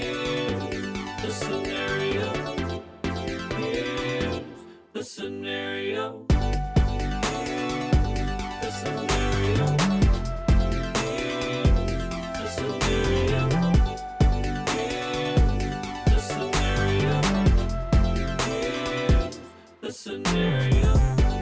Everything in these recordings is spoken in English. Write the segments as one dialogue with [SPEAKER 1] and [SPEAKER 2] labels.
[SPEAKER 1] the scenario. Here's the scenario. The scenario. Here's the scenario. Here's the scenario. Here's the scenario.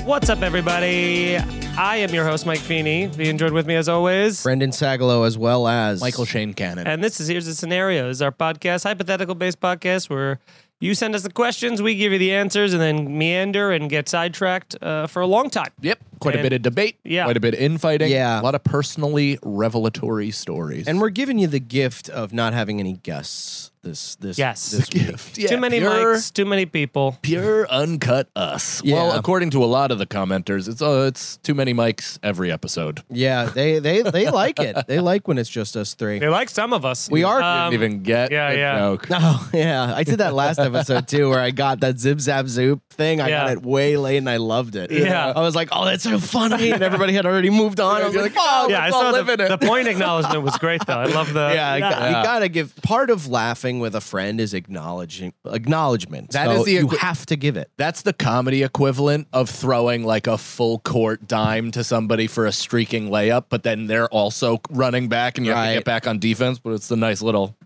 [SPEAKER 2] What's up, everybody? I am your host, Mike Feeney. The enjoyed with me as always.
[SPEAKER 3] Brendan Sagalow as well as
[SPEAKER 4] Michael Shane Cannon.
[SPEAKER 2] And this is Here's the Scenario. This is our podcast, hypothetical based podcast, where you send us the questions, we give you the answers, and then meander and get sidetracked uh, for a long time.
[SPEAKER 4] yep, quite
[SPEAKER 2] And-
[SPEAKER 4] a bit of debate.
[SPEAKER 2] Yeah.
[SPEAKER 4] quite a bit of infighting.
[SPEAKER 3] Yeah.
[SPEAKER 4] a lot of personally revelatory stories.
[SPEAKER 3] And we're giving you the gift of not having any guests this this
[SPEAKER 2] Yes.
[SPEAKER 3] this week.
[SPEAKER 4] Yeah,
[SPEAKER 2] too many
[SPEAKER 4] pure,
[SPEAKER 2] mics, too many people.
[SPEAKER 4] Pure uncut us.
[SPEAKER 3] Yeah.
[SPEAKER 4] Well, according to a lot of the commenters, it's uh, it's too many mics every episode.
[SPEAKER 3] Yeah, they they they like it. They like when it's just us three.
[SPEAKER 2] They like some of us.
[SPEAKER 3] We are-
[SPEAKER 2] Um,
[SPEAKER 4] Didn't even get
[SPEAKER 2] yeah,
[SPEAKER 4] the
[SPEAKER 2] yeah.
[SPEAKER 4] joke.
[SPEAKER 3] Oh yeah, I did that last episode too, where I got that zip zap zoop thing. I
[SPEAKER 2] Yeah.
[SPEAKER 3] got it way late and I loved it.
[SPEAKER 2] Yeah.
[SPEAKER 3] I was like, oh, that's so funny, and everybody had already moved on. I was
[SPEAKER 4] You're
[SPEAKER 3] like,
[SPEAKER 4] like,
[SPEAKER 3] oh,
[SPEAKER 2] yeah, I
[SPEAKER 3] let's all
[SPEAKER 2] saw
[SPEAKER 3] live
[SPEAKER 2] the,
[SPEAKER 3] in it.
[SPEAKER 2] the point acknowledgement was great, though. I love the.
[SPEAKER 3] yeah, I got-
[SPEAKER 4] Yeah.
[SPEAKER 3] you gotta give part of laughing with a friend is acknowledging acknowledgement.
[SPEAKER 4] That
[SPEAKER 3] That is
[SPEAKER 4] is the
[SPEAKER 3] you
[SPEAKER 4] equi-
[SPEAKER 3] have to give it.
[SPEAKER 4] That's the comedy equivalent of throwing like a full court dime to somebody for a streaking layup, but then they're also running back and you have
[SPEAKER 3] Right.
[SPEAKER 4] to get back on defense. But it's the nice little.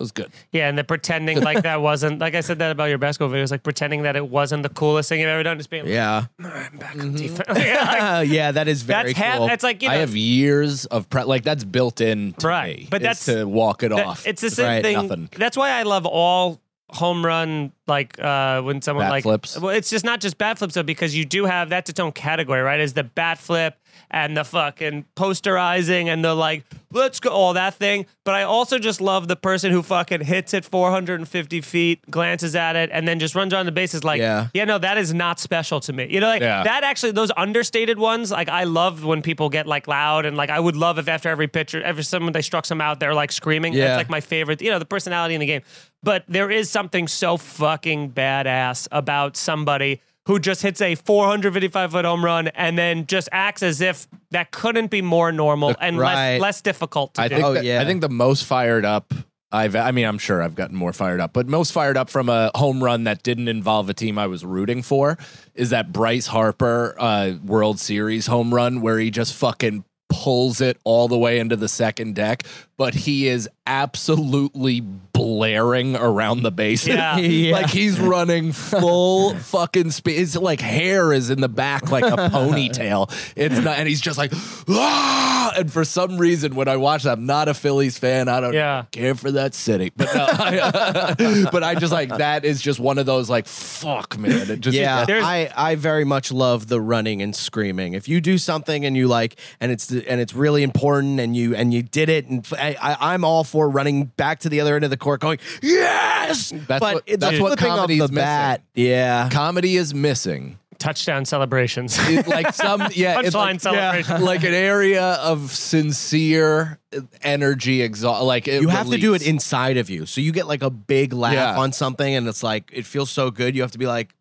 [SPEAKER 4] It was good.
[SPEAKER 2] Yeah, and the pretending like that wasn't like I said that about your basketball videos, like pretending that it wasn't the coolest thing you've ever done. Just being like,
[SPEAKER 3] Yeah, Uh,
[SPEAKER 2] I'm back on defense. Yeah, like,
[SPEAKER 3] yeah, that is very
[SPEAKER 2] that's half.
[SPEAKER 3] cool.
[SPEAKER 2] That's like you know,
[SPEAKER 4] I have years of pre- like that's built in to
[SPEAKER 2] Right.
[SPEAKER 4] me,
[SPEAKER 2] But
[SPEAKER 4] is
[SPEAKER 2] that's-
[SPEAKER 4] to walk it
[SPEAKER 2] that-
[SPEAKER 4] off.
[SPEAKER 2] It's the same
[SPEAKER 3] Right.
[SPEAKER 2] thing.
[SPEAKER 4] Nothing.
[SPEAKER 2] That's why I love all home run like uh when someone
[SPEAKER 4] Bat
[SPEAKER 2] like
[SPEAKER 4] flips.
[SPEAKER 2] well it's just not just bat flips though because you do have that's its own category right is the bat flip and the fucking posterizing and the like let's go all that thing but i also just love the person who fucking hits it 450 feet glances at it and then just runs around the bases like
[SPEAKER 3] Yeah.
[SPEAKER 2] yeah no that is not special to me you know like
[SPEAKER 4] Yeah.
[SPEAKER 2] that actually those understated ones like i love when people get like loud and like i would love if after every pitcher every someone they struck some out they're like screaming
[SPEAKER 3] Yeah.
[SPEAKER 2] that's like my favorite you know the personality in the game but there is something so fucking badass about somebody who just hits a 455 foot home run and then just acts as if that couldn't be more normal and
[SPEAKER 3] right.
[SPEAKER 2] less, less difficult to
[SPEAKER 4] I
[SPEAKER 2] do
[SPEAKER 4] think
[SPEAKER 3] Oh,
[SPEAKER 4] that-
[SPEAKER 3] yeah.
[SPEAKER 4] I think the most fired up I've I mean I'm sure I've gotten more fired up, but most fired up from a home run that didn't involve a team I was rooting for is that Bryce Harper uh, World Series home run where he just fucking pulls it all the way into the second deck, but he is absolutely blaring around the bases.
[SPEAKER 2] Yeah.
[SPEAKER 3] Yeah.
[SPEAKER 4] Like he's running full fucking speed. His like hair is in the back like a ponytail. It's not, and he's just like, ah! and for some reason, when I watch that, I'm not a Phillies fan. I don't
[SPEAKER 2] Yeah.
[SPEAKER 4] care for that city, but no, I, but I just like that is just one of those like fuck man. It just
[SPEAKER 3] yeah,
[SPEAKER 2] there's-
[SPEAKER 3] I, I very much love the running and screaming. If you do something and you like, and it's and it's really important, and you and you did it, and f- I, I, am all for running back to the other end of the court, going yes.
[SPEAKER 4] That's
[SPEAKER 3] but
[SPEAKER 4] what-
[SPEAKER 3] it's
[SPEAKER 4] that's
[SPEAKER 3] the
[SPEAKER 4] what
[SPEAKER 3] flipping of
[SPEAKER 4] comedy's
[SPEAKER 3] the
[SPEAKER 4] missing.
[SPEAKER 3] bat. Yeah,
[SPEAKER 4] comedy is missing.
[SPEAKER 2] touchdown celebrations
[SPEAKER 4] It, like some yeah,
[SPEAKER 2] Punchline
[SPEAKER 4] it's like,
[SPEAKER 2] celebration.
[SPEAKER 4] yeah, like an area of sincere energy exhaust. Like
[SPEAKER 3] you have to do it
[SPEAKER 4] in.
[SPEAKER 3] inside of you, so you get like a big laugh
[SPEAKER 4] Yeah.
[SPEAKER 3] on something, and it's like it feels so good. You have to be like,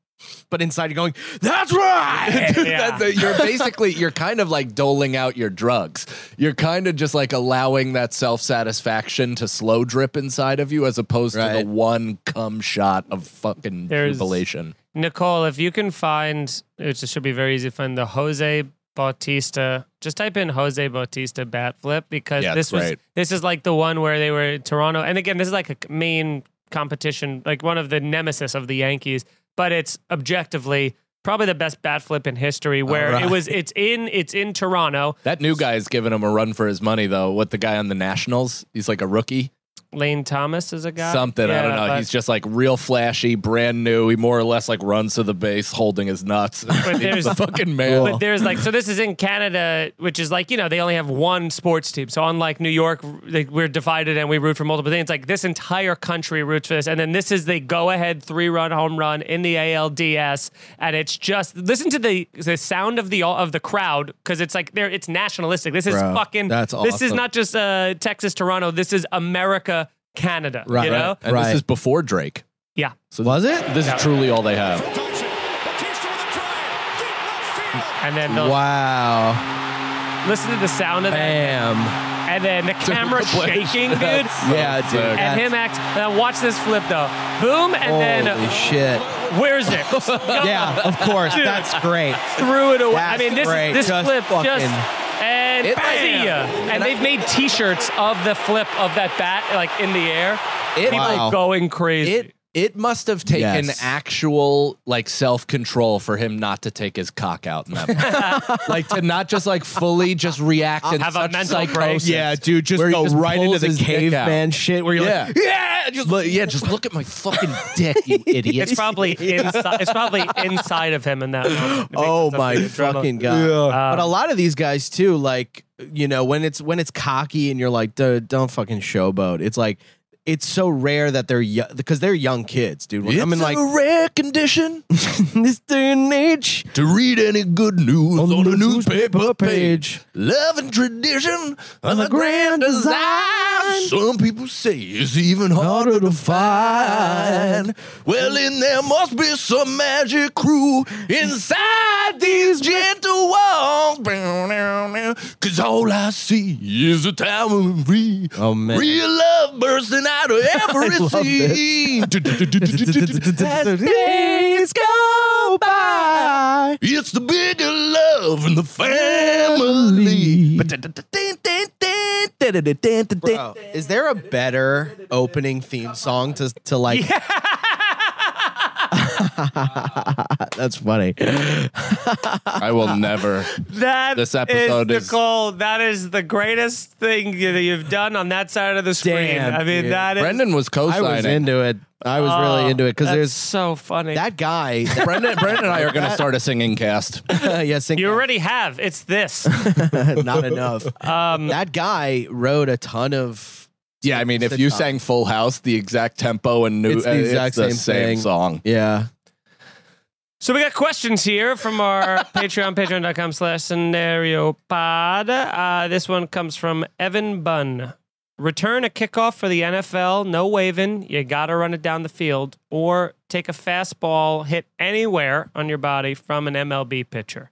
[SPEAKER 3] but inside you're going, that's right.
[SPEAKER 2] Yeah.
[SPEAKER 4] That- that you're basically you're kind of like doling out your drugs. You're kind of just like allowing that self satisfaction to slow drip inside of you, as opposed to
[SPEAKER 3] Right.
[SPEAKER 4] the one cum shot of fucking
[SPEAKER 2] There's-
[SPEAKER 4] jubilation.
[SPEAKER 2] Nicole, if you can find, it should be very easy to find the Jose Bautista. Just type in Jose Bautista bat flip because
[SPEAKER 4] Yeah,
[SPEAKER 2] this
[SPEAKER 4] that's
[SPEAKER 2] was
[SPEAKER 4] right.
[SPEAKER 2] this is like the one where they were in Toronto. And again, this is like a main competition, like one of the nemesis of the Yankees, but it's objectively probably the best bat flip in history where
[SPEAKER 3] All right.
[SPEAKER 2] it was it's in it's in Toronto,
[SPEAKER 4] That new guy is giving him a run for his money, though. What the guy on the Nationals? He's like a rookie,
[SPEAKER 2] Lane Thomas is a guy.
[SPEAKER 4] something. I
[SPEAKER 2] Yeah,
[SPEAKER 4] don't know.
[SPEAKER 2] but-
[SPEAKER 4] He's just like real flashy, brand new. He more or less like runs to the base, holding his nuts.
[SPEAKER 2] there's-
[SPEAKER 4] He's the fucking man.
[SPEAKER 2] But there's like so this is in Canada, which is like you know they only have one sports team. So unlike New York, like we're divided and we root for multiple things. Like this entire country roots for this, and then this is the go-ahead three-run home run in the ALDS, and it's just listen to the the sound of the of the crowd because it's like they're it's nationalistic. This is
[SPEAKER 3] Bro,
[SPEAKER 2] fucking.
[SPEAKER 3] that's
[SPEAKER 2] This is
[SPEAKER 3] awesome.
[SPEAKER 2] not just uh, Texas, Toronto. This is America, Canada.
[SPEAKER 3] Right,
[SPEAKER 2] You
[SPEAKER 3] right.
[SPEAKER 2] know?
[SPEAKER 4] and
[SPEAKER 3] Right.
[SPEAKER 4] this is before Drake.
[SPEAKER 2] Yeah.
[SPEAKER 4] So
[SPEAKER 3] Was it?
[SPEAKER 4] This is truly all they have.
[SPEAKER 2] And then they'll
[SPEAKER 3] Wow.
[SPEAKER 2] listen to the sound of that,
[SPEAKER 3] Bam.
[SPEAKER 2] and then the camera shaking, dude.
[SPEAKER 3] Yeah, dude.
[SPEAKER 2] and him act. Now watch this flip though. Boom, and
[SPEAKER 3] Holy
[SPEAKER 4] uh,
[SPEAKER 2] then
[SPEAKER 3] shit.
[SPEAKER 2] where's it?
[SPEAKER 3] Yeah, of course.
[SPEAKER 2] Dude.
[SPEAKER 3] That's great.
[SPEAKER 2] threw it away. I
[SPEAKER 3] That's
[SPEAKER 2] mean, this
[SPEAKER 3] great.
[SPEAKER 2] this
[SPEAKER 3] Just
[SPEAKER 2] flip just
[SPEAKER 3] fucking-
[SPEAKER 2] and
[SPEAKER 3] It-
[SPEAKER 2] see ya.
[SPEAKER 3] Bam.
[SPEAKER 2] And they've made T-shirts of the flip of that bat, like in the air.
[SPEAKER 4] It-
[SPEAKER 2] People
[SPEAKER 3] Wow.
[SPEAKER 2] going crazy.
[SPEAKER 4] It it must have taken
[SPEAKER 3] Yes.
[SPEAKER 4] actual like self control for him not to take his cock out in that, moment. like to not just like fully just react and
[SPEAKER 2] Have a
[SPEAKER 4] such
[SPEAKER 2] mental break.
[SPEAKER 4] psychosis.
[SPEAKER 3] Yeah, dude, just
[SPEAKER 4] where he
[SPEAKER 3] go right into
[SPEAKER 4] pulls
[SPEAKER 3] the
[SPEAKER 4] his dick
[SPEAKER 3] caveman
[SPEAKER 4] out.
[SPEAKER 3] shit where you're
[SPEAKER 4] Yeah.
[SPEAKER 3] like, yeah, just
[SPEAKER 4] Look, yeah, just look at my fucking dick, you idiot.
[SPEAKER 2] it's probably inside. It's probably inside of him in that. Moment. It makes
[SPEAKER 3] Oh
[SPEAKER 2] sense
[SPEAKER 3] my
[SPEAKER 2] of the drama.
[SPEAKER 3] fucking god! but a lot of these guys too, like you know, when it's when it's cocky and you're like, "Dude, don't fucking showboat." It's like it's so rare that they're young because they're young kids, dude. When- I mean, like
[SPEAKER 4] rare condition
[SPEAKER 3] this day and age.
[SPEAKER 4] to read any good news
[SPEAKER 3] On the newspaper page.
[SPEAKER 4] Love and tradition are
[SPEAKER 3] the grand design.
[SPEAKER 4] Some people say it's even harder to find. Well, then there must be some magic crew inside these gentle walls. Cause all I see is a time of free.
[SPEAKER 3] Oh, man.
[SPEAKER 4] Real love bursting out of every
[SPEAKER 3] love this.
[SPEAKER 4] scene. days
[SPEAKER 3] go by.
[SPEAKER 4] It's the bigger love in the family.
[SPEAKER 3] Bro, is there a better opening theme song to to like? That's funny.
[SPEAKER 4] I will never.
[SPEAKER 2] That
[SPEAKER 4] This episode
[SPEAKER 2] is,
[SPEAKER 4] is-
[SPEAKER 2] Nicole. That is the greatest thing that you've done on that side of the screen.
[SPEAKER 3] Damn,
[SPEAKER 2] I mean,
[SPEAKER 3] dude.
[SPEAKER 2] that is
[SPEAKER 4] Brendan was
[SPEAKER 3] I was
[SPEAKER 4] co-signing.
[SPEAKER 3] into it. I was really into it because
[SPEAKER 2] that's
[SPEAKER 3] there's
[SPEAKER 2] so funny.
[SPEAKER 3] that guy.
[SPEAKER 4] Brendan, Brendan and I are going to start a singing cast.
[SPEAKER 3] yeah, sing
[SPEAKER 2] you
[SPEAKER 3] that.
[SPEAKER 2] already have. It's this.
[SPEAKER 3] not enough. that guy wrote a ton of.
[SPEAKER 4] Yeah, I mean, if you sang Full House, the exact tempo and new, uh,
[SPEAKER 3] It's the exact
[SPEAKER 4] it's the
[SPEAKER 3] same
[SPEAKER 4] same,
[SPEAKER 3] thing.
[SPEAKER 4] song.
[SPEAKER 3] Yeah,
[SPEAKER 2] so we got questions here from our Patreon, patreon.com slash scenario pod. Uh, this one comes from Evan Bunn. Return a kickoff for the NFL, no waving. You got to run it down the field or take a fastball hit anywhere on your body from an MLB pitcher.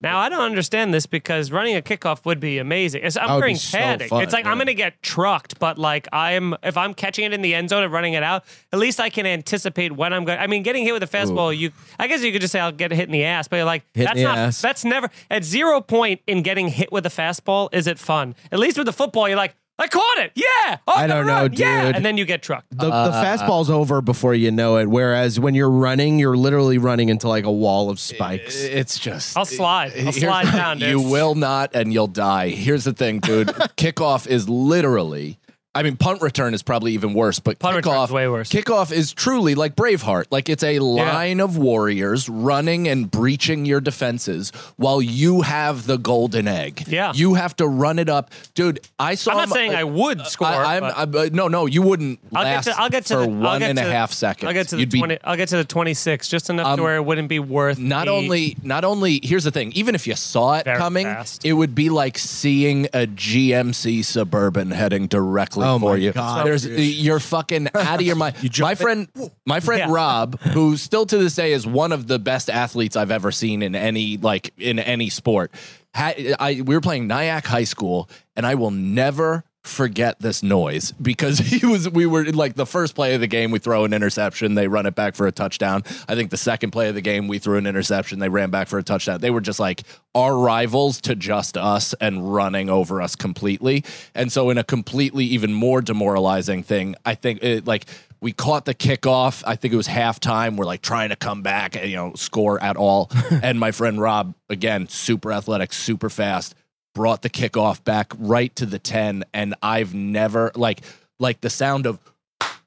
[SPEAKER 2] Now, I don't understand this because running a kickoff would be amazing. It's, I'm
[SPEAKER 3] That would be
[SPEAKER 2] wearing
[SPEAKER 3] so
[SPEAKER 2] padding.
[SPEAKER 3] fun,
[SPEAKER 2] it's like I'm
[SPEAKER 3] yeah.
[SPEAKER 2] going to get trucked, but like I'm if I'm catching it in the end zone and running it out, at least I can anticipate when I'm going. I mean, getting hit with a fastball, you I guess you could just say I'll get hit in the ass, but you're like
[SPEAKER 3] Hit in
[SPEAKER 2] that's
[SPEAKER 3] the
[SPEAKER 2] not
[SPEAKER 3] ass.
[SPEAKER 2] that's never at zero point in getting hit with a fastball is it fun. At least with the football, you're like I caught it. Yeah. Oh,
[SPEAKER 3] I don't
[SPEAKER 2] gotta run.
[SPEAKER 3] know,
[SPEAKER 2] Yeah.
[SPEAKER 3] dude.
[SPEAKER 2] And then you get trucked.
[SPEAKER 3] the, the fastball's over before you know it. Whereas when you're running, you're literally running into like a wall of spikes.
[SPEAKER 4] It's just.
[SPEAKER 2] I'll slide. I'll
[SPEAKER 4] Uh, Here's-
[SPEAKER 2] slide down, dude.
[SPEAKER 4] You will not, and you'll die. Here's the thing, dude. kickoff is literally. I mean, punt return is probably even worse, but
[SPEAKER 2] Punt
[SPEAKER 4] kickoff
[SPEAKER 2] return's way worse.
[SPEAKER 4] Kickoff is truly like Braveheart. Like it's a line of warriors running and breaching your defenses while you have the golden egg.
[SPEAKER 2] Yeah.
[SPEAKER 4] you have to run it up, dude. I saw.
[SPEAKER 2] I'm not
[SPEAKER 4] my-
[SPEAKER 2] saying I would score.
[SPEAKER 4] I, I'm,
[SPEAKER 2] but-
[SPEAKER 4] I'm- uh, no, no, you wouldn't
[SPEAKER 2] I'll get
[SPEAKER 4] last
[SPEAKER 2] to. I'll get to
[SPEAKER 4] for
[SPEAKER 2] the, I'll
[SPEAKER 4] one
[SPEAKER 2] get
[SPEAKER 4] and a
[SPEAKER 2] to the-
[SPEAKER 4] half seconds.
[SPEAKER 2] I'll get to the
[SPEAKER 4] You'd be Um,
[SPEAKER 2] twenty. I'll get to the twenty six, just enough to where it wouldn't be worth.
[SPEAKER 4] not
[SPEAKER 2] the-
[SPEAKER 4] only not only here's the thing even if you saw it
[SPEAKER 2] Very
[SPEAKER 4] coming
[SPEAKER 2] fast.
[SPEAKER 4] it would be like seeing a gmc suburban heading directly
[SPEAKER 3] Oh
[SPEAKER 4] for
[SPEAKER 3] my
[SPEAKER 4] you
[SPEAKER 3] God,
[SPEAKER 4] there's
[SPEAKER 3] dude.
[SPEAKER 4] you're fucking out of your mind my friend my friend
[SPEAKER 2] Yeah.
[SPEAKER 4] rob who still to this day is one of the best athletes i've ever seen in any like in any sport ha- I, we were playing nyack high school and i will never forget this noise because he was we were like the first play of the game we throw an interception they run it back for a touchdown i think the second play of the game we threw an interception they ran back for a touchdown they were just like our rivals to just us and running over us completely and so in a completely even more demoralizing thing i think it like we caught the kickoff. I think it was halftime. We're like trying to come back and, you know, score at all. and my friend Rob, again, super athletic, super fast, brought the kickoff back right to the 10. And I've never, like, like the sound of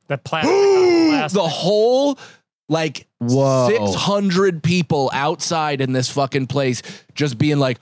[SPEAKER 2] The plastic. the plastic.
[SPEAKER 4] the whole like
[SPEAKER 3] Whoa.
[SPEAKER 4] 600 people outside in this fucking place just being like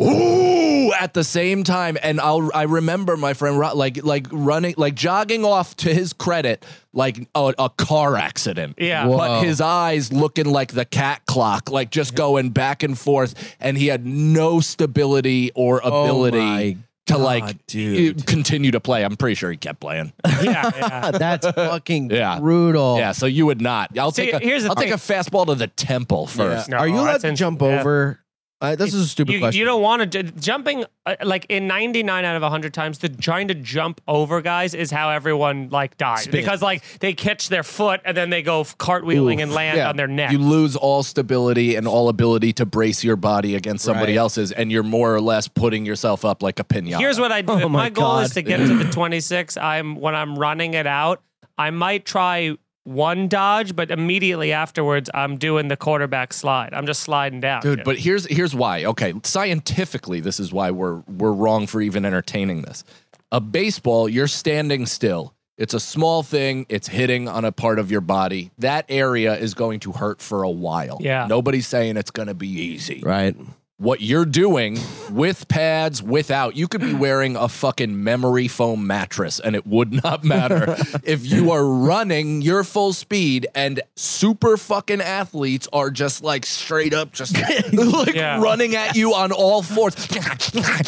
[SPEAKER 4] ooh at the same time and I'll I remember my friend Ro- like like running like jogging off to his credit like a, a car accident
[SPEAKER 2] Yeah.
[SPEAKER 3] Whoa.
[SPEAKER 4] but his eyes looking like the cat clock like just going back and forth and he had no stability or ability
[SPEAKER 3] Oh my
[SPEAKER 4] to
[SPEAKER 3] God,
[SPEAKER 4] like
[SPEAKER 3] dude.
[SPEAKER 4] continue to play I'm pretty sure he kept playing
[SPEAKER 2] yeah, yeah.
[SPEAKER 3] That's fucking
[SPEAKER 4] Yeah.
[SPEAKER 3] brutal.
[SPEAKER 4] yeah, so you would not. I'll
[SPEAKER 2] See,
[SPEAKER 4] take a,
[SPEAKER 2] here's the
[SPEAKER 4] I'll take
[SPEAKER 2] thing.
[SPEAKER 4] a fastball to the temple first.
[SPEAKER 2] No, oh,
[SPEAKER 3] Are you allowed
[SPEAKER 2] that's
[SPEAKER 3] to
[SPEAKER 2] ins-
[SPEAKER 3] jump
[SPEAKER 2] yeah.
[SPEAKER 3] over? Uh, this is a stupid
[SPEAKER 2] you,
[SPEAKER 3] question.
[SPEAKER 2] you don't want to jumping uh, like in 99 out of 100 times the trying to jump over guys is how everyone like dies
[SPEAKER 3] Spin.
[SPEAKER 2] because like they catch their foot and then they go f- cartwheeling and land
[SPEAKER 4] Yeah.
[SPEAKER 2] on their neck
[SPEAKER 4] You lose all stability and all ability to brace your body against somebody
[SPEAKER 3] Right.
[SPEAKER 4] else's, and you're more or less putting yourself up like a pinata.
[SPEAKER 2] Here's what I do.
[SPEAKER 3] Oh
[SPEAKER 2] If
[SPEAKER 3] my
[SPEAKER 2] my, goal
[SPEAKER 3] God.
[SPEAKER 2] is to get to the 26. I'm when I'm running it out, I might try one dodge, but immediately afterwards, I'm doing the quarterback slide. I'm just sliding down,
[SPEAKER 4] dude. But here's here's why. Okay, scientifically, this is why we're we're wrong for even entertaining this. A baseball, you're standing still. It's a small thing. It's hitting on a part of your body. That area is going to hurt for a while.
[SPEAKER 2] Yeah.
[SPEAKER 4] Nobody's saying it's going to be easy.
[SPEAKER 3] right.
[SPEAKER 4] what you're doing with pads, without. You could be wearing a fucking memory foam mattress and it would not matter. if you are running your full speed and super fucking athletes are just like straight up, just like
[SPEAKER 2] Yeah.
[SPEAKER 4] running at you on all fours.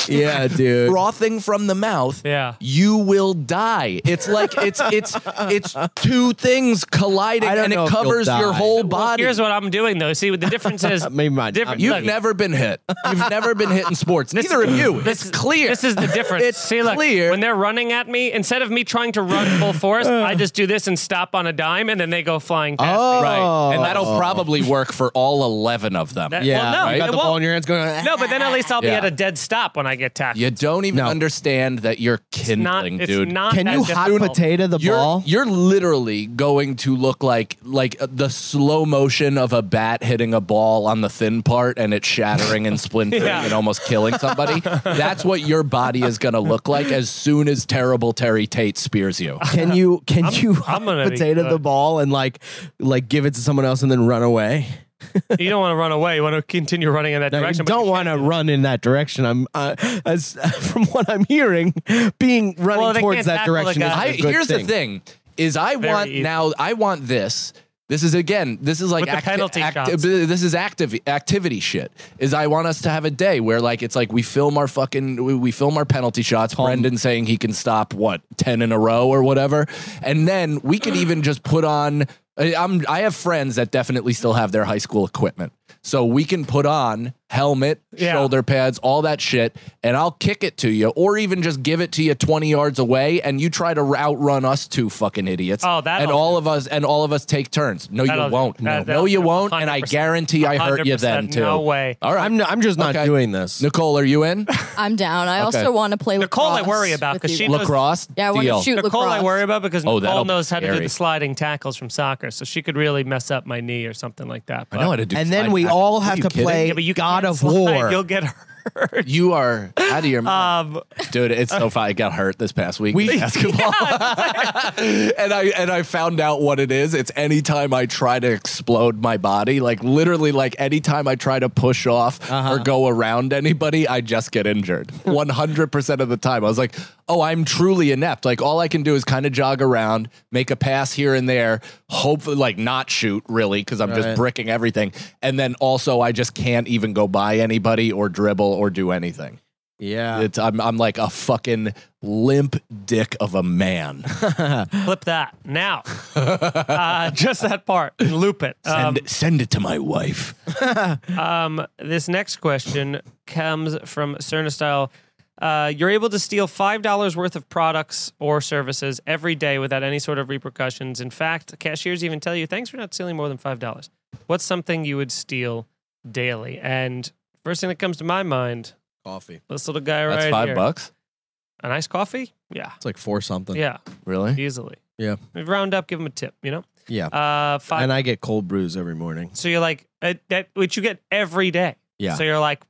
[SPEAKER 3] Yeah, dude.
[SPEAKER 4] Frothing from the mouth
[SPEAKER 2] yeah.
[SPEAKER 4] you will die. It's like it's it's it's two things colliding
[SPEAKER 3] I don't
[SPEAKER 4] and
[SPEAKER 3] know
[SPEAKER 4] it
[SPEAKER 3] if you'll
[SPEAKER 4] covers your
[SPEAKER 3] die.
[SPEAKER 4] whole
[SPEAKER 2] Well,
[SPEAKER 4] body.
[SPEAKER 2] here's what I'm doing though. See what the difference is.
[SPEAKER 3] Maybe not.
[SPEAKER 2] Different-
[SPEAKER 4] You've
[SPEAKER 2] look,
[SPEAKER 4] never been hit. You've never been hit in sports. Neither of you.
[SPEAKER 2] This
[SPEAKER 4] it's
[SPEAKER 2] is-
[SPEAKER 4] clear.
[SPEAKER 2] This is the difference.
[SPEAKER 4] It's
[SPEAKER 2] See, look,
[SPEAKER 4] clear.
[SPEAKER 2] when they're running at me, instead of me trying to run full force, I just do this and stop on a dime, and then they go flying past me.
[SPEAKER 4] right. And
[SPEAKER 3] Uh. Oh.
[SPEAKER 4] that'll probably work for all 11 of them.
[SPEAKER 2] That- well,
[SPEAKER 3] Yeah,
[SPEAKER 2] no,
[SPEAKER 3] you got
[SPEAKER 2] it
[SPEAKER 3] the ball
[SPEAKER 2] won't.
[SPEAKER 3] in your hands going.
[SPEAKER 2] No, but then at least I'll
[SPEAKER 4] Yeah.
[SPEAKER 2] be at a dead stop when I get tackled.
[SPEAKER 4] You don't even
[SPEAKER 3] No.
[SPEAKER 4] understand that you're
[SPEAKER 2] it's not.
[SPEAKER 4] kindling,
[SPEAKER 2] It's
[SPEAKER 4] dude.
[SPEAKER 2] not.
[SPEAKER 3] Can
[SPEAKER 2] that
[SPEAKER 3] you hot
[SPEAKER 2] difficult.
[SPEAKER 3] potato the
[SPEAKER 4] you're,
[SPEAKER 3] ball?
[SPEAKER 4] you're literally going to look like like uh, the slow motion of a bat hitting a ball on the thin part and it shattering and splintering
[SPEAKER 2] Yeah.
[SPEAKER 4] and almost killing somebody. That's what your body is going to look like as soon as terrible Terry Tate spears you.
[SPEAKER 3] Can you can you
[SPEAKER 2] I'm gonna be
[SPEAKER 3] potato the
[SPEAKER 2] good.
[SPEAKER 3] ball and like like give it to someone else and then run away?
[SPEAKER 2] You don't want to run away. You want to continue running in that
[SPEAKER 3] No, you
[SPEAKER 2] direction. but
[SPEAKER 3] don't want to run in that direction. I'm uh, as from what I'm hearing, being running
[SPEAKER 2] Well, they
[SPEAKER 3] towards
[SPEAKER 2] can't
[SPEAKER 3] that
[SPEAKER 2] tackle the
[SPEAKER 3] direction.
[SPEAKER 2] guy.
[SPEAKER 3] Is
[SPEAKER 4] I,
[SPEAKER 3] a good
[SPEAKER 4] here's
[SPEAKER 3] thing.
[SPEAKER 4] the thing: is I
[SPEAKER 2] Very
[SPEAKER 4] want
[SPEAKER 2] easy.
[SPEAKER 4] now. I want this. This is again. This is like
[SPEAKER 2] With the penalty shots.
[SPEAKER 4] This is active activity shit. Is I want us to have a day where like it's like we film our fucking we, we film our penalty shots. Brendan saying he can stop what ten in a row or whatever, and then we could even just put on. I- I'm I have friends that definitely still have their high school equipment, so we can put on helmet,
[SPEAKER 2] Yeah.
[SPEAKER 4] shoulder pads, all that shit, and I'll kick it to you, or even just give it to you twenty yards away, and you try to outrun us two fucking idiots.
[SPEAKER 2] Oh, that'll
[SPEAKER 4] and all of us and all of us take turns. No,
[SPEAKER 2] That'll
[SPEAKER 4] you
[SPEAKER 2] do.
[SPEAKER 4] won't. No,
[SPEAKER 2] That-
[SPEAKER 4] no,
[SPEAKER 2] that'll
[SPEAKER 4] you
[SPEAKER 2] do.
[SPEAKER 4] won't. And I
[SPEAKER 2] 100%.
[SPEAKER 4] guarantee I hurt you then
[SPEAKER 2] 100%,
[SPEAKER 4] too.
[SPEAKER 2] No way.
[SPEAKER 4] All right,
[SPEAKER 3] I'm not, I'm just not
[SPEAKER 4] Okay.
[SPEAKER 3] doing this.
[SPEAKER 4] Nicole, are you in
[SPEAKER 5] I'm down. I
[SPEAKER 4] Okay.
[SPEAKER 5] also want to play
[SPEAKER 2] Nicole, I
[SPEAKER 5] lacrosse
[SPEAKER 2] worry about
[SPEAKER 5] with
[SPEAKER 2] because
[SPEAKER 5] you.
[SPEAKER 2] she knows.
[SPEAKER 4] lacrosse?
[SPEAKER 5] Yeah, I wanna
[SPEAKER 4] Deal.
[SPEAKER 5] shoot-
[SPEAKER 2] Nicole, I
[SPEAKER 5] lacrosse.
[SPEAKER 2] worry about because
[SPEAKER 4] Oh, that'll
[SPEAKER 2] Nicole
[SPEAKER 4] be
[SPEAKER 2] knows how to do
[SPEAKER 4] scary.
[SPEAKER 2] the sliding tackles from soccer, so she could really mess up my knee or something like that.
[SPEAKER 4] I
[SPEAKER 2] But,
[SPEAKER 4] know how to do.
[SPEAKER 3] And
[SPEAKER 4] slide
[SPEAKER 3] then we
[SPEAKER 4] tackles.
[SPEAKER 3] all
[SPEAKER 4] Are
[SPEAKER 3] have
[SPEAKER 4] you
[SPEAKER 3] to
[SPEAKER 4] kidding?
[SPEAKER 3] play
[SPEAKER 2] Yeah, but you can't
[SPEAKER 3] God of
[SPEAKER 2] slide.
[SPEAKER 3] War.
[SPEAKER 2] You'll get hurt.
[SPEAKER 4] You are out of your mind.
[SPEAKER 2] Um,
[SPEAKER 4] dude. It's so funny. I got hurt this past week in basketball, and I and I found out what it is. It's anytime I try to explode my body, like literally, like anytime I try to push off or go around anybody, I just get injured. One hundred percent of the time, I was like, oh, I'm truly inept. Like all I can do is kind of jog around, make a pass here and there, hopefully, like not shoot really because I'm
[SPEAKER 3] Right.
[SPEAKER 4] just bricking everything, and then also I just can't even go by anybody or dribble or do anything.
[SPEAKER 3] Yeah.
[SPEAKER 4] It's, I'm, I'm like a fucking limp dick of a man.
[SPEAKER 2] Flip that now. uh, just that part. Loop it. Um,
[SPEAKER 4] Send, send it to my wife.
[SPEAKER 2] um, this next question comes from Cernastyle. Uh, you're able to steal $5 worth of products or services every day without any sort of repercussions. In fact, cashiers even tell you, thanks for not stealing more than $5. What's something you would steal daily? And first thing that comes to my mind,
[SPEAKER 3] Coffee.
[SPEAKER 2] this little guy right
[SPEAKER 4] That's five
[SPEAKER 2] here.
[SPEAKER 4] bucks.
[SPEAKER 2] An iced coffee? Yeah.
[SPEAKER 3] It's like four something.
[SPEAKER 2] Yeah,
[SPEAKER 4] Really?
[SPEAKER 2] easily.
[SPEAKER 3] Yeah.
[SPEAKER 2] Round up, give him a tip, you know?
[SPEAKER 3] Yeah.
[SPEAKER 2] Uh, five.
[SPEAKER 3] and I get cold brews every morning.
[SPEAKER 2] so you're like, uh, that, which you get every day.
[SPEAKER 3] Yeah.
[SPEAKER 2] So you're like,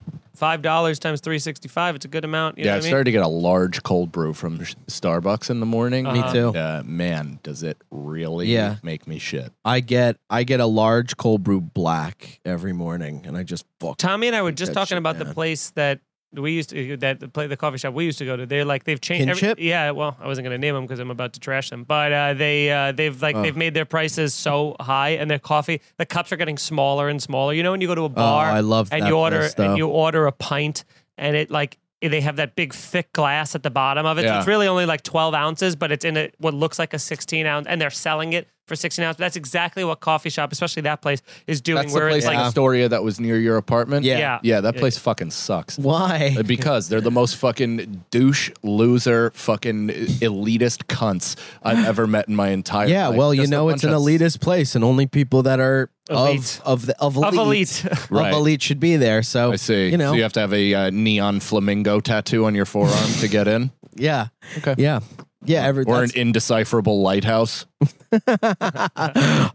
[SPEAKER 2] $5 times 365, it's a good amount. You
[SPEAKER 4] yeah,
[SPEAKER 2] know
[SPEAKER 4] I
[SPEAKER 2] what I mean?
[SPEAKER 4] started to get a large cold brew from sh- Starbucks in the morning.
[SPEAKER 3] Me
[SPEAKER 2] Uh-huh.
[SPEAKER 3] too.
[SPEAKER 4] Uh, man, does it really
[SPEAKER 3] Yeah.
[SPEAKER 4] make me shit?
[SPEAKER 3] I get I get a large cold brew black every morning, and I just fuck.
[SPEAKER 2] Tommy and I were just
[SPEAKER 3] that
[SPEAKER 2] talking
[SPEAKER 3] shit
[SPEAKER 2] about the
[SPEAKER 3] down.
[SPEAKER 2] place that we used to that the play the coffee shop we used to go to. They're like they've changed.
[SPEAKER 3] Kinship?
[SPEAKER 2] yeah, well, I wasn't gonna name them because I'm about to trash them, but uh, they uh, they've like
[SPEAKER 3] Oh.
[SPEAKER 2] they've made their prices so high and their coffee the cups are getting smaller and smaller. You know when you go to a bar,
[SPEAKER 3] Oh, I love
[SPEAKER 2] and
[SPEAKER 3] that
[SPEAKER 2] you order
[SPEAKER 3] place, though.
[SPEAKER 2] and you order a pint and it like. They have that big thick glass at the bottom of it. So
[SPEAKER 4] Yeah.
[SPEAKER 2] it's really only like 12 ounces, but it's in a, what looks like a 16 ounce, and they're selling it for 16 ounce. That's exactly what coffee shop, especially that place, is doing.
[SPEAKER 4] That's the
[SPEAKER 2] where
[SPEAKER 4] place
[SPEAKER 2] it's like,
[SPEAKER 4] in Astoria that was near your apartment.
[SPEAKER 3] Yeah.
[SPEAKER 2] yeah,
[SPEAKER 4] Yeah, that place fucking sucks.
[SPEAKER 3] Why?
[SPEAKER 4] Uh, Because they're the most fucking douche, loser, fucking elitist cunts I've ever met in my entire
[SPEAKER 3] Yeah,
[SPEAKER 4] life.
[SPEAKER 3] well, you
[SPEAKER 4] Just a
[SPEAKER 3] know, it's an
[SPEAKER 4] bunch of-
[SPEAKER 3] elitist place, and only people that are
[SPEAKER 2] Elite.
[SPEAKER 3] of of the of elite,
[SPEAKER 2] Of elite.
[SPEAKER 3] of
[SPEAKER 4] Right.
[SPEAKER 3] elite should be there. So
[SPEAKER 4] I see.
[SPEAKER 3] You know,
[SPEAKER 4] so you have to have a uh, neon flamingo tattoo on your forearm to get in,
[SPEAKER 3] yeah,
[SPEAKER 4] Okay.
[SPEAKER 3] yeah, yeah. Every
[SPEAKER 4] or an
[SPEAKER 3] that's-
[SPEAKER 4] indecipherable lighthouse.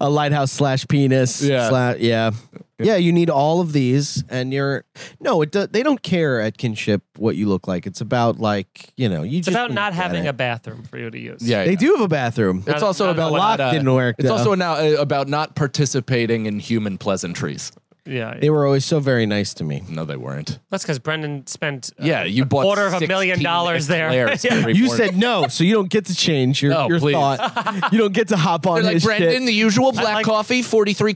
[SPEAKER 3] a lighthouse slash penis.
[SPEAKER 4] Yeah.
[SPEAKER 3] sla- yeah, yeah. You need all of these, and you're no. It do, they don't care at kinship what you look like. It's about like you know you
[SPEAKER 2] It's
[SPEAKER 3] just
[SPEAKER 2] about
[SPEAKER 3] need
[SPEAKER 2] not
[SPEAKER 3] that.
[SPEAKER 2] having a bathroom for you to use.
[SPEAKER 4] Yeah,
[SPEAKER 3] They
[SPEAKER 4] yeah.
[SPEAKER 3] do have a bathroom.
[SPEAKER 4] It's also
[SPEAKER 2] not
[SPEAKER 4] about
[SPEAKER 2] what-
[SPEAKER 3] Lock
[SPEAKER 4] not, uh,
[SPEAKER 3] didn't work.
[SPEAKER 4] It's
[SPEAKER 3] though.
[SPEAKER 4] also now uh, about not participating in human pleasantries.
[SPEAKER 2] yeah.
[SPEAKER 3] they were always so very nice to me.
[SPEAKER 4] No, they weren't.
[SPEAKER 2] That's because Brendan spent uh,
[SPEAKER 4] Yeah, you bought
[SPEAKER 2] quarter of a
[SPEAKER 4] 16
[SPEAKER 2] million dollars there.
[SPEAKER 4] eclairs
[SPEAKER 2] Yeah.
[SPEAKER 4] every
[SPEAKER 3] You
[SPEAKER 4] morning.
[SPEAKER 3] said no, so you don't get to change your,
[SPEAKER 4] No,
[SPEAKER 3] your
[SPEAKER 4] please.
[SPEAKER 3] thought. You don't get to hop on
[SPEAKER 4] They're like
[SPEAKER 3] his
[SPEAKER 4] Brandon,
[SPEAKER 3] shit.
[SPEAKER 4] the usual black
[SPEAKER 2] like-
[SPEAKER 4] coffee, forty-three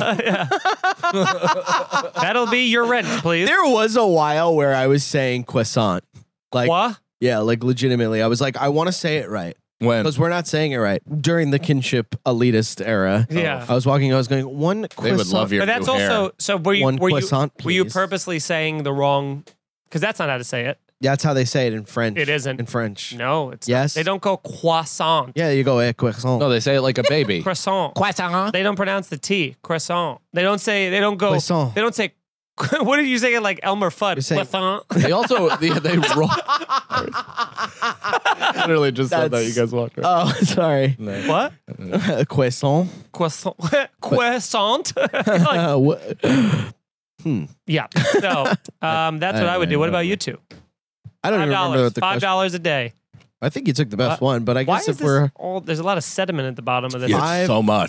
[SPEAKER 2] that'll be your rent, please.
[SPEAKER 3] There was a while where I was saying croissant. Like
[SPEAKER 2] What?
[SPEAKER 3] yeah, like legitimately. I was like, I want to say it right.
[SPEAKER 4] when
[SPEAKER 3] Because we're not saying it right. During the kinship elitist era.
[SPEAKER 2] Yeah.
[SPEAKER 3] I was walking, I was going, one croissant.
[SPEAKER 4] they would love your
[SPEAKER 2] But that's
[SPEAKER 4] new hair.
[SPEAKER 2] also so. Were you
[SPEAKER 3] One
[SPEAKER 2] were you
[SPEAKER 3] croissant,
[SPEAKER 2] were you
[SPEAKER 3] please.
[SPEAKER 2] purposely saying the wrong? Because that's not how to say it.
[SPEAKER 3] That's how they say it in French.
[SPEAKER 2] It isn't.
[SPEAKER 3] In French.
[SPEAKER 2] No, it's not.
[SPEAKER 3] Yes.
[SPEAKER 2] They don't go croissant.
[SPEAKER 3] Yeah, you go, eh, croissant.
[SPEAKER 4] No, they say it like a baby.
[SPEAKER 2] Croissant.
[SPEAKER 4] Croissant.
[SPEAKER 2] They don't pronounce the T. Croissant. They don't say. They don't go.
[SPEAKER 3] Croissant.
[SPEAKER 2] They don't say. What are you saying? Like Elmer Fudd.
[SPEAKER 3] You're saying-
[SPEAKER 2] croissant.
[SPEAKER 4] They also they, they roll. Literally just
[SPEAKER 3] said that, you guys
[SPEAKER 4] walked. Right.
[SPEAKER 3] Oh, sorry.
[SPEAKER 2] what?
[SPEAKER 3] croissant.
[SPEAKER 2] Croissant. croissant. Like,
[SPEAKER 3] Uh, what?
[SPEAKER 2] Yeah. So um, that's what I would do. What about you two?
[SPEAKER 3] I don't
[SPEAKER 2] Five
[SPEAKER 3] even remember
[SPEAKER 2] dollars.
[SPEAKER 3] what the
[SPEAKER 2] Five
[SPEAKER 3] question-
[SPEAKER 2] dollars a day.
[SPEAKER 3] I think you took the best
[SPEAKER 2] Uh,
[SPEAKER 3] one, but I
[SPEAKER 2] Why
[SPEAKER 3] guess
[SPEAKER 2] is
[SPEAKER 3] if
[SPEAKER 2] this
[SPEAKER 3] we're
[SPEAKER 2] all? There's a lot of sediment at the bottom of this.
[SPEAKER 4] Yeah.
[SPEAKER 2] I'm
[SPEAKER 3] five
[SPEAKER 4] so much.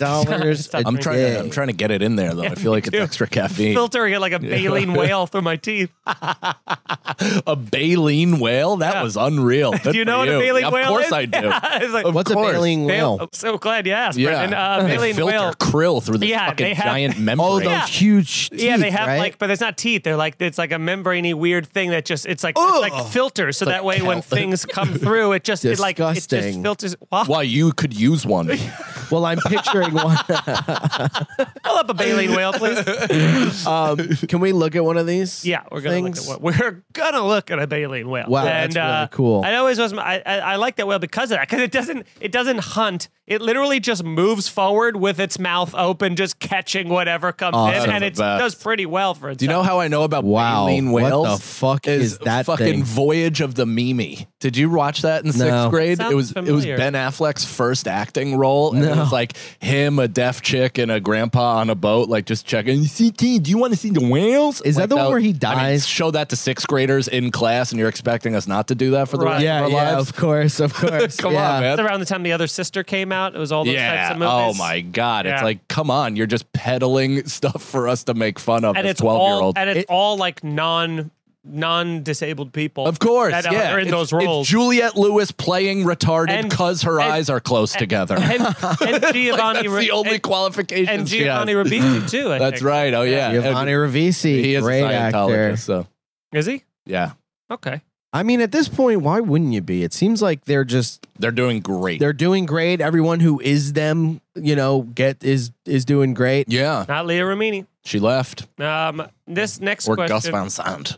[SPEAKER 3] dollars.
[SPEAKER 2] Stop
[SPEAKER 3] a
[SPEAKER 4] I'm trying.
[SPEAKER 3] day.
[SPEAKER 4] To, I'm trying to get it in there though. I feel like it's
[SPEAKER 2] too.
[SPEAKER 4] extra caffeine.
[SPEAKER 2] filtering it like a baleen whale through my teeth.
[SPEAKER 4] a baleen whale. That was unreal. Good
[SPEAKER 2] Do you know
[SPEAKER 4] for
[SPEAKER 2] what a baleen
[SPEAKER 4] of
[SPEAKER 2] whale is? uh,
[SPEAKER 4] Of course I do.
[SPEAKER 2] It's like,
[SPEAKER 3] What's a
[SPEAKER 4] course.
[SPEAKER 3] bailing
[SPEAKER 2] bail-
[SPEAKER 3] whale?
[SPEAKER 2] I'm so glad you asked,
[SPEAKER 4] Yeah,
[SPEAKER 2] Brendan. Uh,
[SPEAKER 4] they
[SPEAKER 2] baleen
[SPEAKER 4] filter
[SPEAKER 2] whale.
[SPEAKER 4] krill through this
[SPEAKER 2] Yeah, they
[SPEAKER 4] fucking
[SPEAKER 2] have-
[SPEAKER 4] giant membrane.
[SPEAKER 3] Oh, those
[SPEAKER 2] Yeah.
[SPEAKER 3] huge teeth.
[SPEAKER 2] yeah, they have
[SPEAKER 3] right?
[SPEAKER 2] like, but it's not teeth. They're like, it's like a membraney weird thing that just, it's like, it's like filters. So that way, when things come through, it just, it like, it just
[SPEAKER 3] Disgusting.
[SPEAKER 2] filters. Wow.
[SPEAKER 4] Why you could use one?
[SPEAKER 3] Well, I'm picturing one.
[SPEAKER 2] Pull up a baleen whale, please.
[SPEAKER 3] Um, can we look at one of these?
[SPEAKER 2] Yeah, we're gonna
[SPEAKER 3] things?
[SPEAKER 2] look at what we're gonna look at a baleen whale. uh,
[SPEAKER 3] Wow, that's really cool.
[SPEAKER 2] I always was. my- I, I, I like that whale because of that. Because it doesn't. It doesn't hunt. It literally just moves forward with its mouth open, just catching whatever comes
[SPEAKER 3] Awesome.
[SPEAKER 2] in, and it
[SPEAKER 4] That's the best.
[SPEAKER 2] does pretty well for itself.
[SPEAKER 4] Do you know how I know about
[SPEAKER 3] Wow,
[SPEAKER 4] baleen
[SPEAKER 3] what
[SPEAKER 4] whales?
[SPEAKER 3] the fuck is that
[SPEAKER 4] fucking
[SPEAKER 3] thing?
[SPEAKER 4] Voyage of the Mimi? Did you watch that in
[SPEAKER 3] No.
[SPEAKER 4] sixth grade?
[SPEAKER 2] Sounds
[SPEAKER 4] it was it was
[SPEAKER 2] familiar.
[SPEAKER 4] Ben Affleck's first acting role, and it was like him, a deaf chick, and a grandpa on a boat, like just checking. CT, do you want to see the whales?
[SPEAKER 3] Is that
[SPEAKER 4] Like,
[SPEAKER 3] the one where he
[SPEAKER 4] I mean,
[SPEAKER 3] dies?
[SPEAKER 4] show that to sixth graders in class, and you're expecting us not to do that for the
[SPEAKER 2] Right.
[SPEAKER 4] rest
[SPEAKER 3] yeah,
[SPEAKER 4] of our
[SPEAKER 3] yeah,
[SPEAKER 4] lives?
[SPEAKER 3] of course, of course.
[SPEAKER 4] Come
[SPEAKER 3] yeah.
[SPEAKER 4] on, man.
[SPEAKER 2] That's around the time the other sister came out. It was all those types
[SPEAKER 4] Yeah.
[SPEAKER 2] of movies.
[SPEAKER 4] Oh my God.
[SPEAKER 2] Yeah.
[SPEAKER 4] It's like, come on. You're just peddling stuff for us to make fun of
[SPEAKER 2] And
[SPEAKER 4] as
[SPEAKER 2] it's
[SPEAKER 4] 12 year
[SPEAKER 2] all
[SPEAKER 4] old.
[SPEAKER 2] and it's
[SPEAKER 3] It-
[SPEAKER 2] all like non non disabled people.
[SPEAKER 4] Of course,
[SPEAKER 2] that uh,
[SPEAKER 4] yeah.
[SPEAKER 2] are in
[SPEAKER 4] It's-
[SPEAKER 2] those roles.
[SPEAKER 4] It's Juliet Lewis playing retarded
[SPEAKER 2] And-
[SPEAKER 4] because her
[SPEAKER 2] and-
[SPEAKER 4] eyes are close together.
[SPEAKER 2] and, and Giovanni
[SPEAKER 4] That's
[SPEAKER 2] Ri-
[SPEAKER 4] the only
[SPEAKER 2] and-
[SPEAKER 4] qualification.
[SPEAKER 2] and
[SPEAKER 4] she has.
[SPEAKER 2] Giovanni Ribisi too. I
[SPEAKER 4] That's
[SPEAKER 2] think.
[SPEAKER 4] right. Oh yeah,
[SPEAKER 3] Giovanni
[SPEAKER 4] And
[SPEAKER 3] Ravisi,
[SPEAKER 4] he is
[SPEAKER 3] great
[SPEAKER 4] a Scientologist.
[SPEAKER 3] actor.
[SPEAKER 4] So
[SPEAKER 2] Is he?
[SPEAKER 4] yeah,
[SPEAKER 2] Okay.
[SPEAKER 3] I mean, at this point, why wouldn't you be? It seems like they're just
[SPEAKER 4] they're doing great.
[SPEAKER 3] they're doing great. Everyone who is them, you know, get is is doing great.
[SPEAKER 4] yeah,
[SPEAKER 2] Not Leah Ramini.
[SPEAKER 4] she left
[SPEAKER 2] Um, this next
[SPEAKER 4] or Gus
[SPEAKER 2] question.
[SPEAKER 4] Van Sant.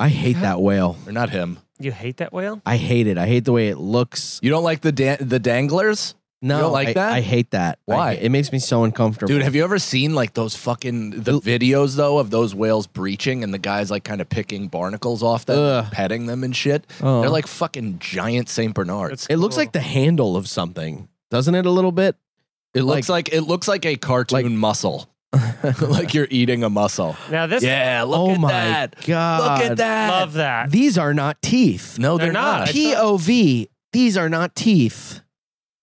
[SPEAKER 3] I hate that whale.
[SPEAKER 4] Or not him.
[SPEAKER 2] You hate that whale?
[SPEAKER 3] I hate it. I hate the way it looks.
[SPEAKER 4] You don't like the dan- the danglers?
[SPEAKER 3] No,
[SPEAKER 4] you don't like
[SPEAKER 3] I,
[SPEAKER 4] that?
[SPEAKER 3] I hate that. I
[SPEAKER 4] Why?
[SPEAKER 3] hate- it makes me so uncomfortable.
[SPEAKER 4] Dude, have you ever seen like those fucking the videos though of those whales breaching and the guys like kind of picking barnacles off them,
[SPEAKER 3] Ugh.
[SPEAKER 4] petting them and shit?
[SPEAKER 3] Oh.
[SPEAKER 4] They're like fucking giant Saint Bernards.
[SPEAKER 3] it looks like the handle of something, doesn't it? A little bit.
[SPEAKER 4] it looks like, it looks like a cartoon mussel. like you're eating a mussel.
[SPEAKER 2] Now this
[SPEAKER 4] Yeah, look
[SPEAKER 3] oh
[SPEAKER 4] at
[SPEAKER 3] my
[SPEAKER 4] that.
[SPEAKER 3] god!
[SPEAKER 4] Look at that.
[SPEAKER 2] love that.
[SPEAKER 3] These are not teeth.
[SPEAKER 4] No,
[SPEAKER 2] They're
[SPEAKER 4] they're,
[SPEAKER 2] not.
[SPEAKER 4] not.
[SPEAKER 2] I-
[SPEAKER 3] POV. These are not teeth.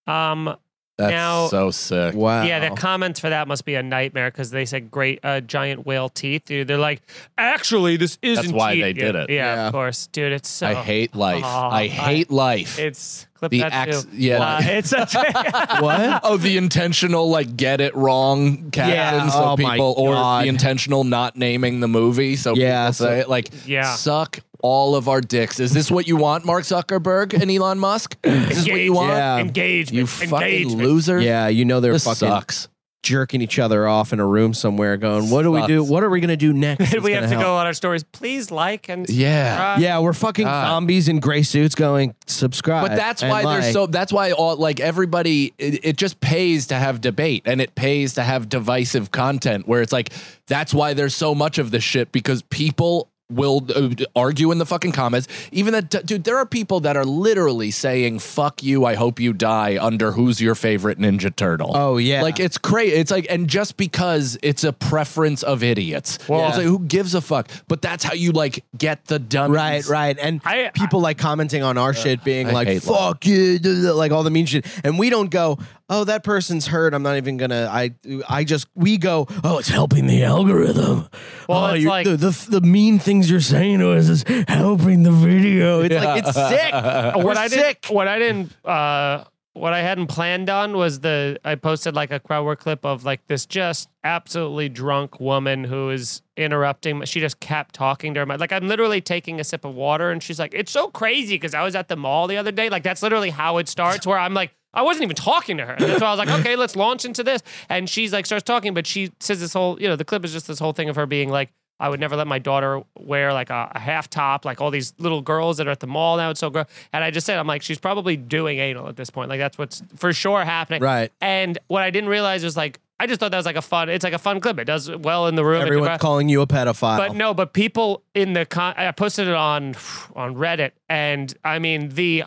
[SPEAKER 2] Um
[SPEAKER 4] That's
[SPEAKER 2] Now-
[SPEAKER 4] so sick.
[SPEAKER 3] Wow.
[SPEAKER 2] yeah, the comments for that must be a nightmare because they said great uh, giant whale teeth. Dude, they're like, actually this isn't
[SPEAKER 4] why
[SPEAKER 2] teeth.
[SPEAKER 4] they
[SPEAKER 2] Yeah,
[SPEAKER 4] did it.
[SPEAKER 2] Yeah,
[SPEAKER 3] Yeah.
[SPEAKER 2] of course. Dude, it's so
[SPEAKER 4] I hate life.
[SPEAKER 2] Oh, I-
[SPEAKER 4] I hate life.
[SPEAKER 2] it's clip
[SPEAKER 4] The
[SPEAKER 2] that
[SPEAKER 4] ax-
[SPEAKER 2] too.
[SPEAKER 4] yeah.
[SPEAKER 2] Uh, it's such a
[SPEAKER 3] what?
[SPEAKER 4] Oh, the intentional like get it wrong caption,
[SPEAKER 3] Yeah.
[SPEAKER 4] so
[SPEAKER 3] Oh my
[SPEAKER 4] people or
[SPEAKER 3] God.
[SPEAKER 4] the intentional not naming the movie, so
[SPEAKER 3] Yeah,
[SPEAKER 4] people
[SPEAKER 3] so-
[SPEAKER 4] say it like
[SPEAKER 2] Yeah.
[SPEAKER 4] suck all of our dicks. Is this what you want, Mark Zuckerberg and Elon Musk? Is this what you want?
[SPEAKER 3] Yeah.
[SPEAKER 2] engagement.
[SPEAKER 4] You fucking
[SPEAKER 2] engagement.
[SPEAKER 4] loser.
[SPEAKER 3] Yeah, you know they're
[SPEAKER 4] This
[SPEAKER 3] fucking
[SPEAKER 4] sucks.
[SPEAKER 3] jerking each other off in a room somewhere, going, "What do we do?
[SPEAKER 4] Sucks.
[SPEAKER 3] What are we gonna do next?"
[SPEAKER 2] we
[SPEAKER 3] that's
[SPEAKER 2] have to
[SPEAKER 3] gonna
[SPEAKER 2] go
[SPEAKER 3] help?"
[SPEAKER 2] on our stories. Please like and
[SPEAKER 4] Yeah.
[SPEAKER 2] subscribe.
[SPEAKER 3] Yeah, we're fucking
[SPEAKER 4] God.
[SPEAKER 3] zombies in gray suits, going subscribe.
[SPEAKER 4] But that's
[SPEAKER 3] and
[SPEAKER 4] why
[SPEAKER 3] like-
[SPEAKER 4] they're so. That's why all like everybody. It, it just pays to have debate, and it pays to have divisive content. Where it's like that's why there's so much of this shit because people will uh, argue in the fucking comments. Even that, dude. There are people that are literally saying "fuck you," I hope you die under who's your favorite Ninja Turtle.
[SPEAKER 3] Oh, yeah.
[SPEAKER 4] like it's crazy. It's like, and just because it's a preference of idiots, well, it's like who gives a fuck? But that's how you like get the dumb
[SPEAKER 3] Right, right, and
[SPEAKER 2] I-
[SPEAKER 3] people like commenting on our shit, being
[SPEAKER 4] I
[SPEAKER 3] like,
[SPEAKER 4] hate
[SPEAKER 3] "Fuck you," duh, duh, like all the mean shit, and we don't go, "Oh, that person's hurt." I'm not even gonna. I, I just we go, "Oh, it's helping the algorithm."
[SPEAKER 2] Well,
[SPEAKER 3] oh,
[SPEAKER 2] it's
[SPEAKER 3] you're-
[SPEAKER 2] like-
[SPEAKER 3] the, the the mean things you're saying to us is helping the video. It's like it's sick. We're
[SPEAKER 2] what I
[SPEAKER 3] sick.
[SPEAKER 2] did, what I didn't, uh, what I hadn't planned on was the I posted like a crowd work clip of like this just absolutely drunk woman who is interrupting. She just kept talking to her. mic. Like I'm literally taking a sip of water, and she's like, "It's so crazy because I was at the mall the other day. Like that's literally how it starts. Where I'm like." I wasn't even talking to her. And so I was like, okay, let's launch into this. And she's like, starts talking, but she says this whole, you know, the clip is just this whole thing of her being like, I would never let my daughter wear like a, a half top, like all these little girls that are at the mall now. It's so gross. And I just said, I'm like, she's probably doing anal at this point. Like that's what's for sure happening.
[SPEAKER 3] Right.
[SPEAKER 2] And what I didn't realize was like, I just thought that was like a fun. It's like a fun clip. It does well in the room. It
[SPEAKER 3] Everyone's
[SPEAKER 2] debra-
[SPEAKER 3] calling you a pedophile.
[SPEAKER 2] but no, but people in the con- I posted it on on Reddit, and I mean the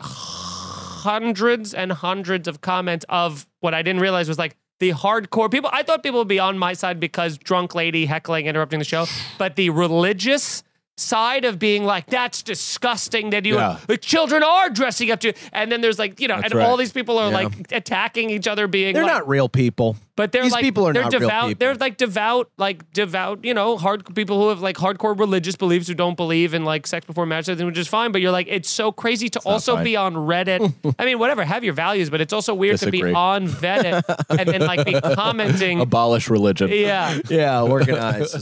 [SPEAKER 2] hundreds and hundreds of comments of what I didn't realize was like the hardcore people. I thought people would be on my side because drunk lady heckling, interrupting the show, but the religious side of being like that's disgusting that you
[SPEAKER 4] Yeah.
[SPEAKER 2] the children are dressing up to and then there's like you know and
[SPEAKER 4] right.
[SPEAKER 2] all these people are like attacking each other being
[SPEAKER 3] they're
[SPEAKER 2] like,
[SPEAKER 3] not real people.
[SPEAKER 2] but they're
[SPEAKER 3] These
[SPEAKER 2] like
[SPEAKER 3] people are
[SPEAKER 2] they're
[SPEAKER 3] not real
[SPEAKER 2] devout.
[SPEAKER 3] people.
[SPEAKER 2] They're like devout, like devout. You know, hard people who have like hardcore religious beliefs who don't believe in like sex before marriage, which is fine. But you're like, it's so crazy to also
[SPEAKER 4] fine.
[SPEAKER 2] be on Reddit. I mean, whatever, have your values, but it's also weird to
[SPEAKER 4] Disagree.
[SPEAKER 2] be on Reddit and then like be commenting.
[SPEAKER 4] abolish religion.
[SPEAKER 2] yeah,
[SPEAKER 3] Yeah, organized.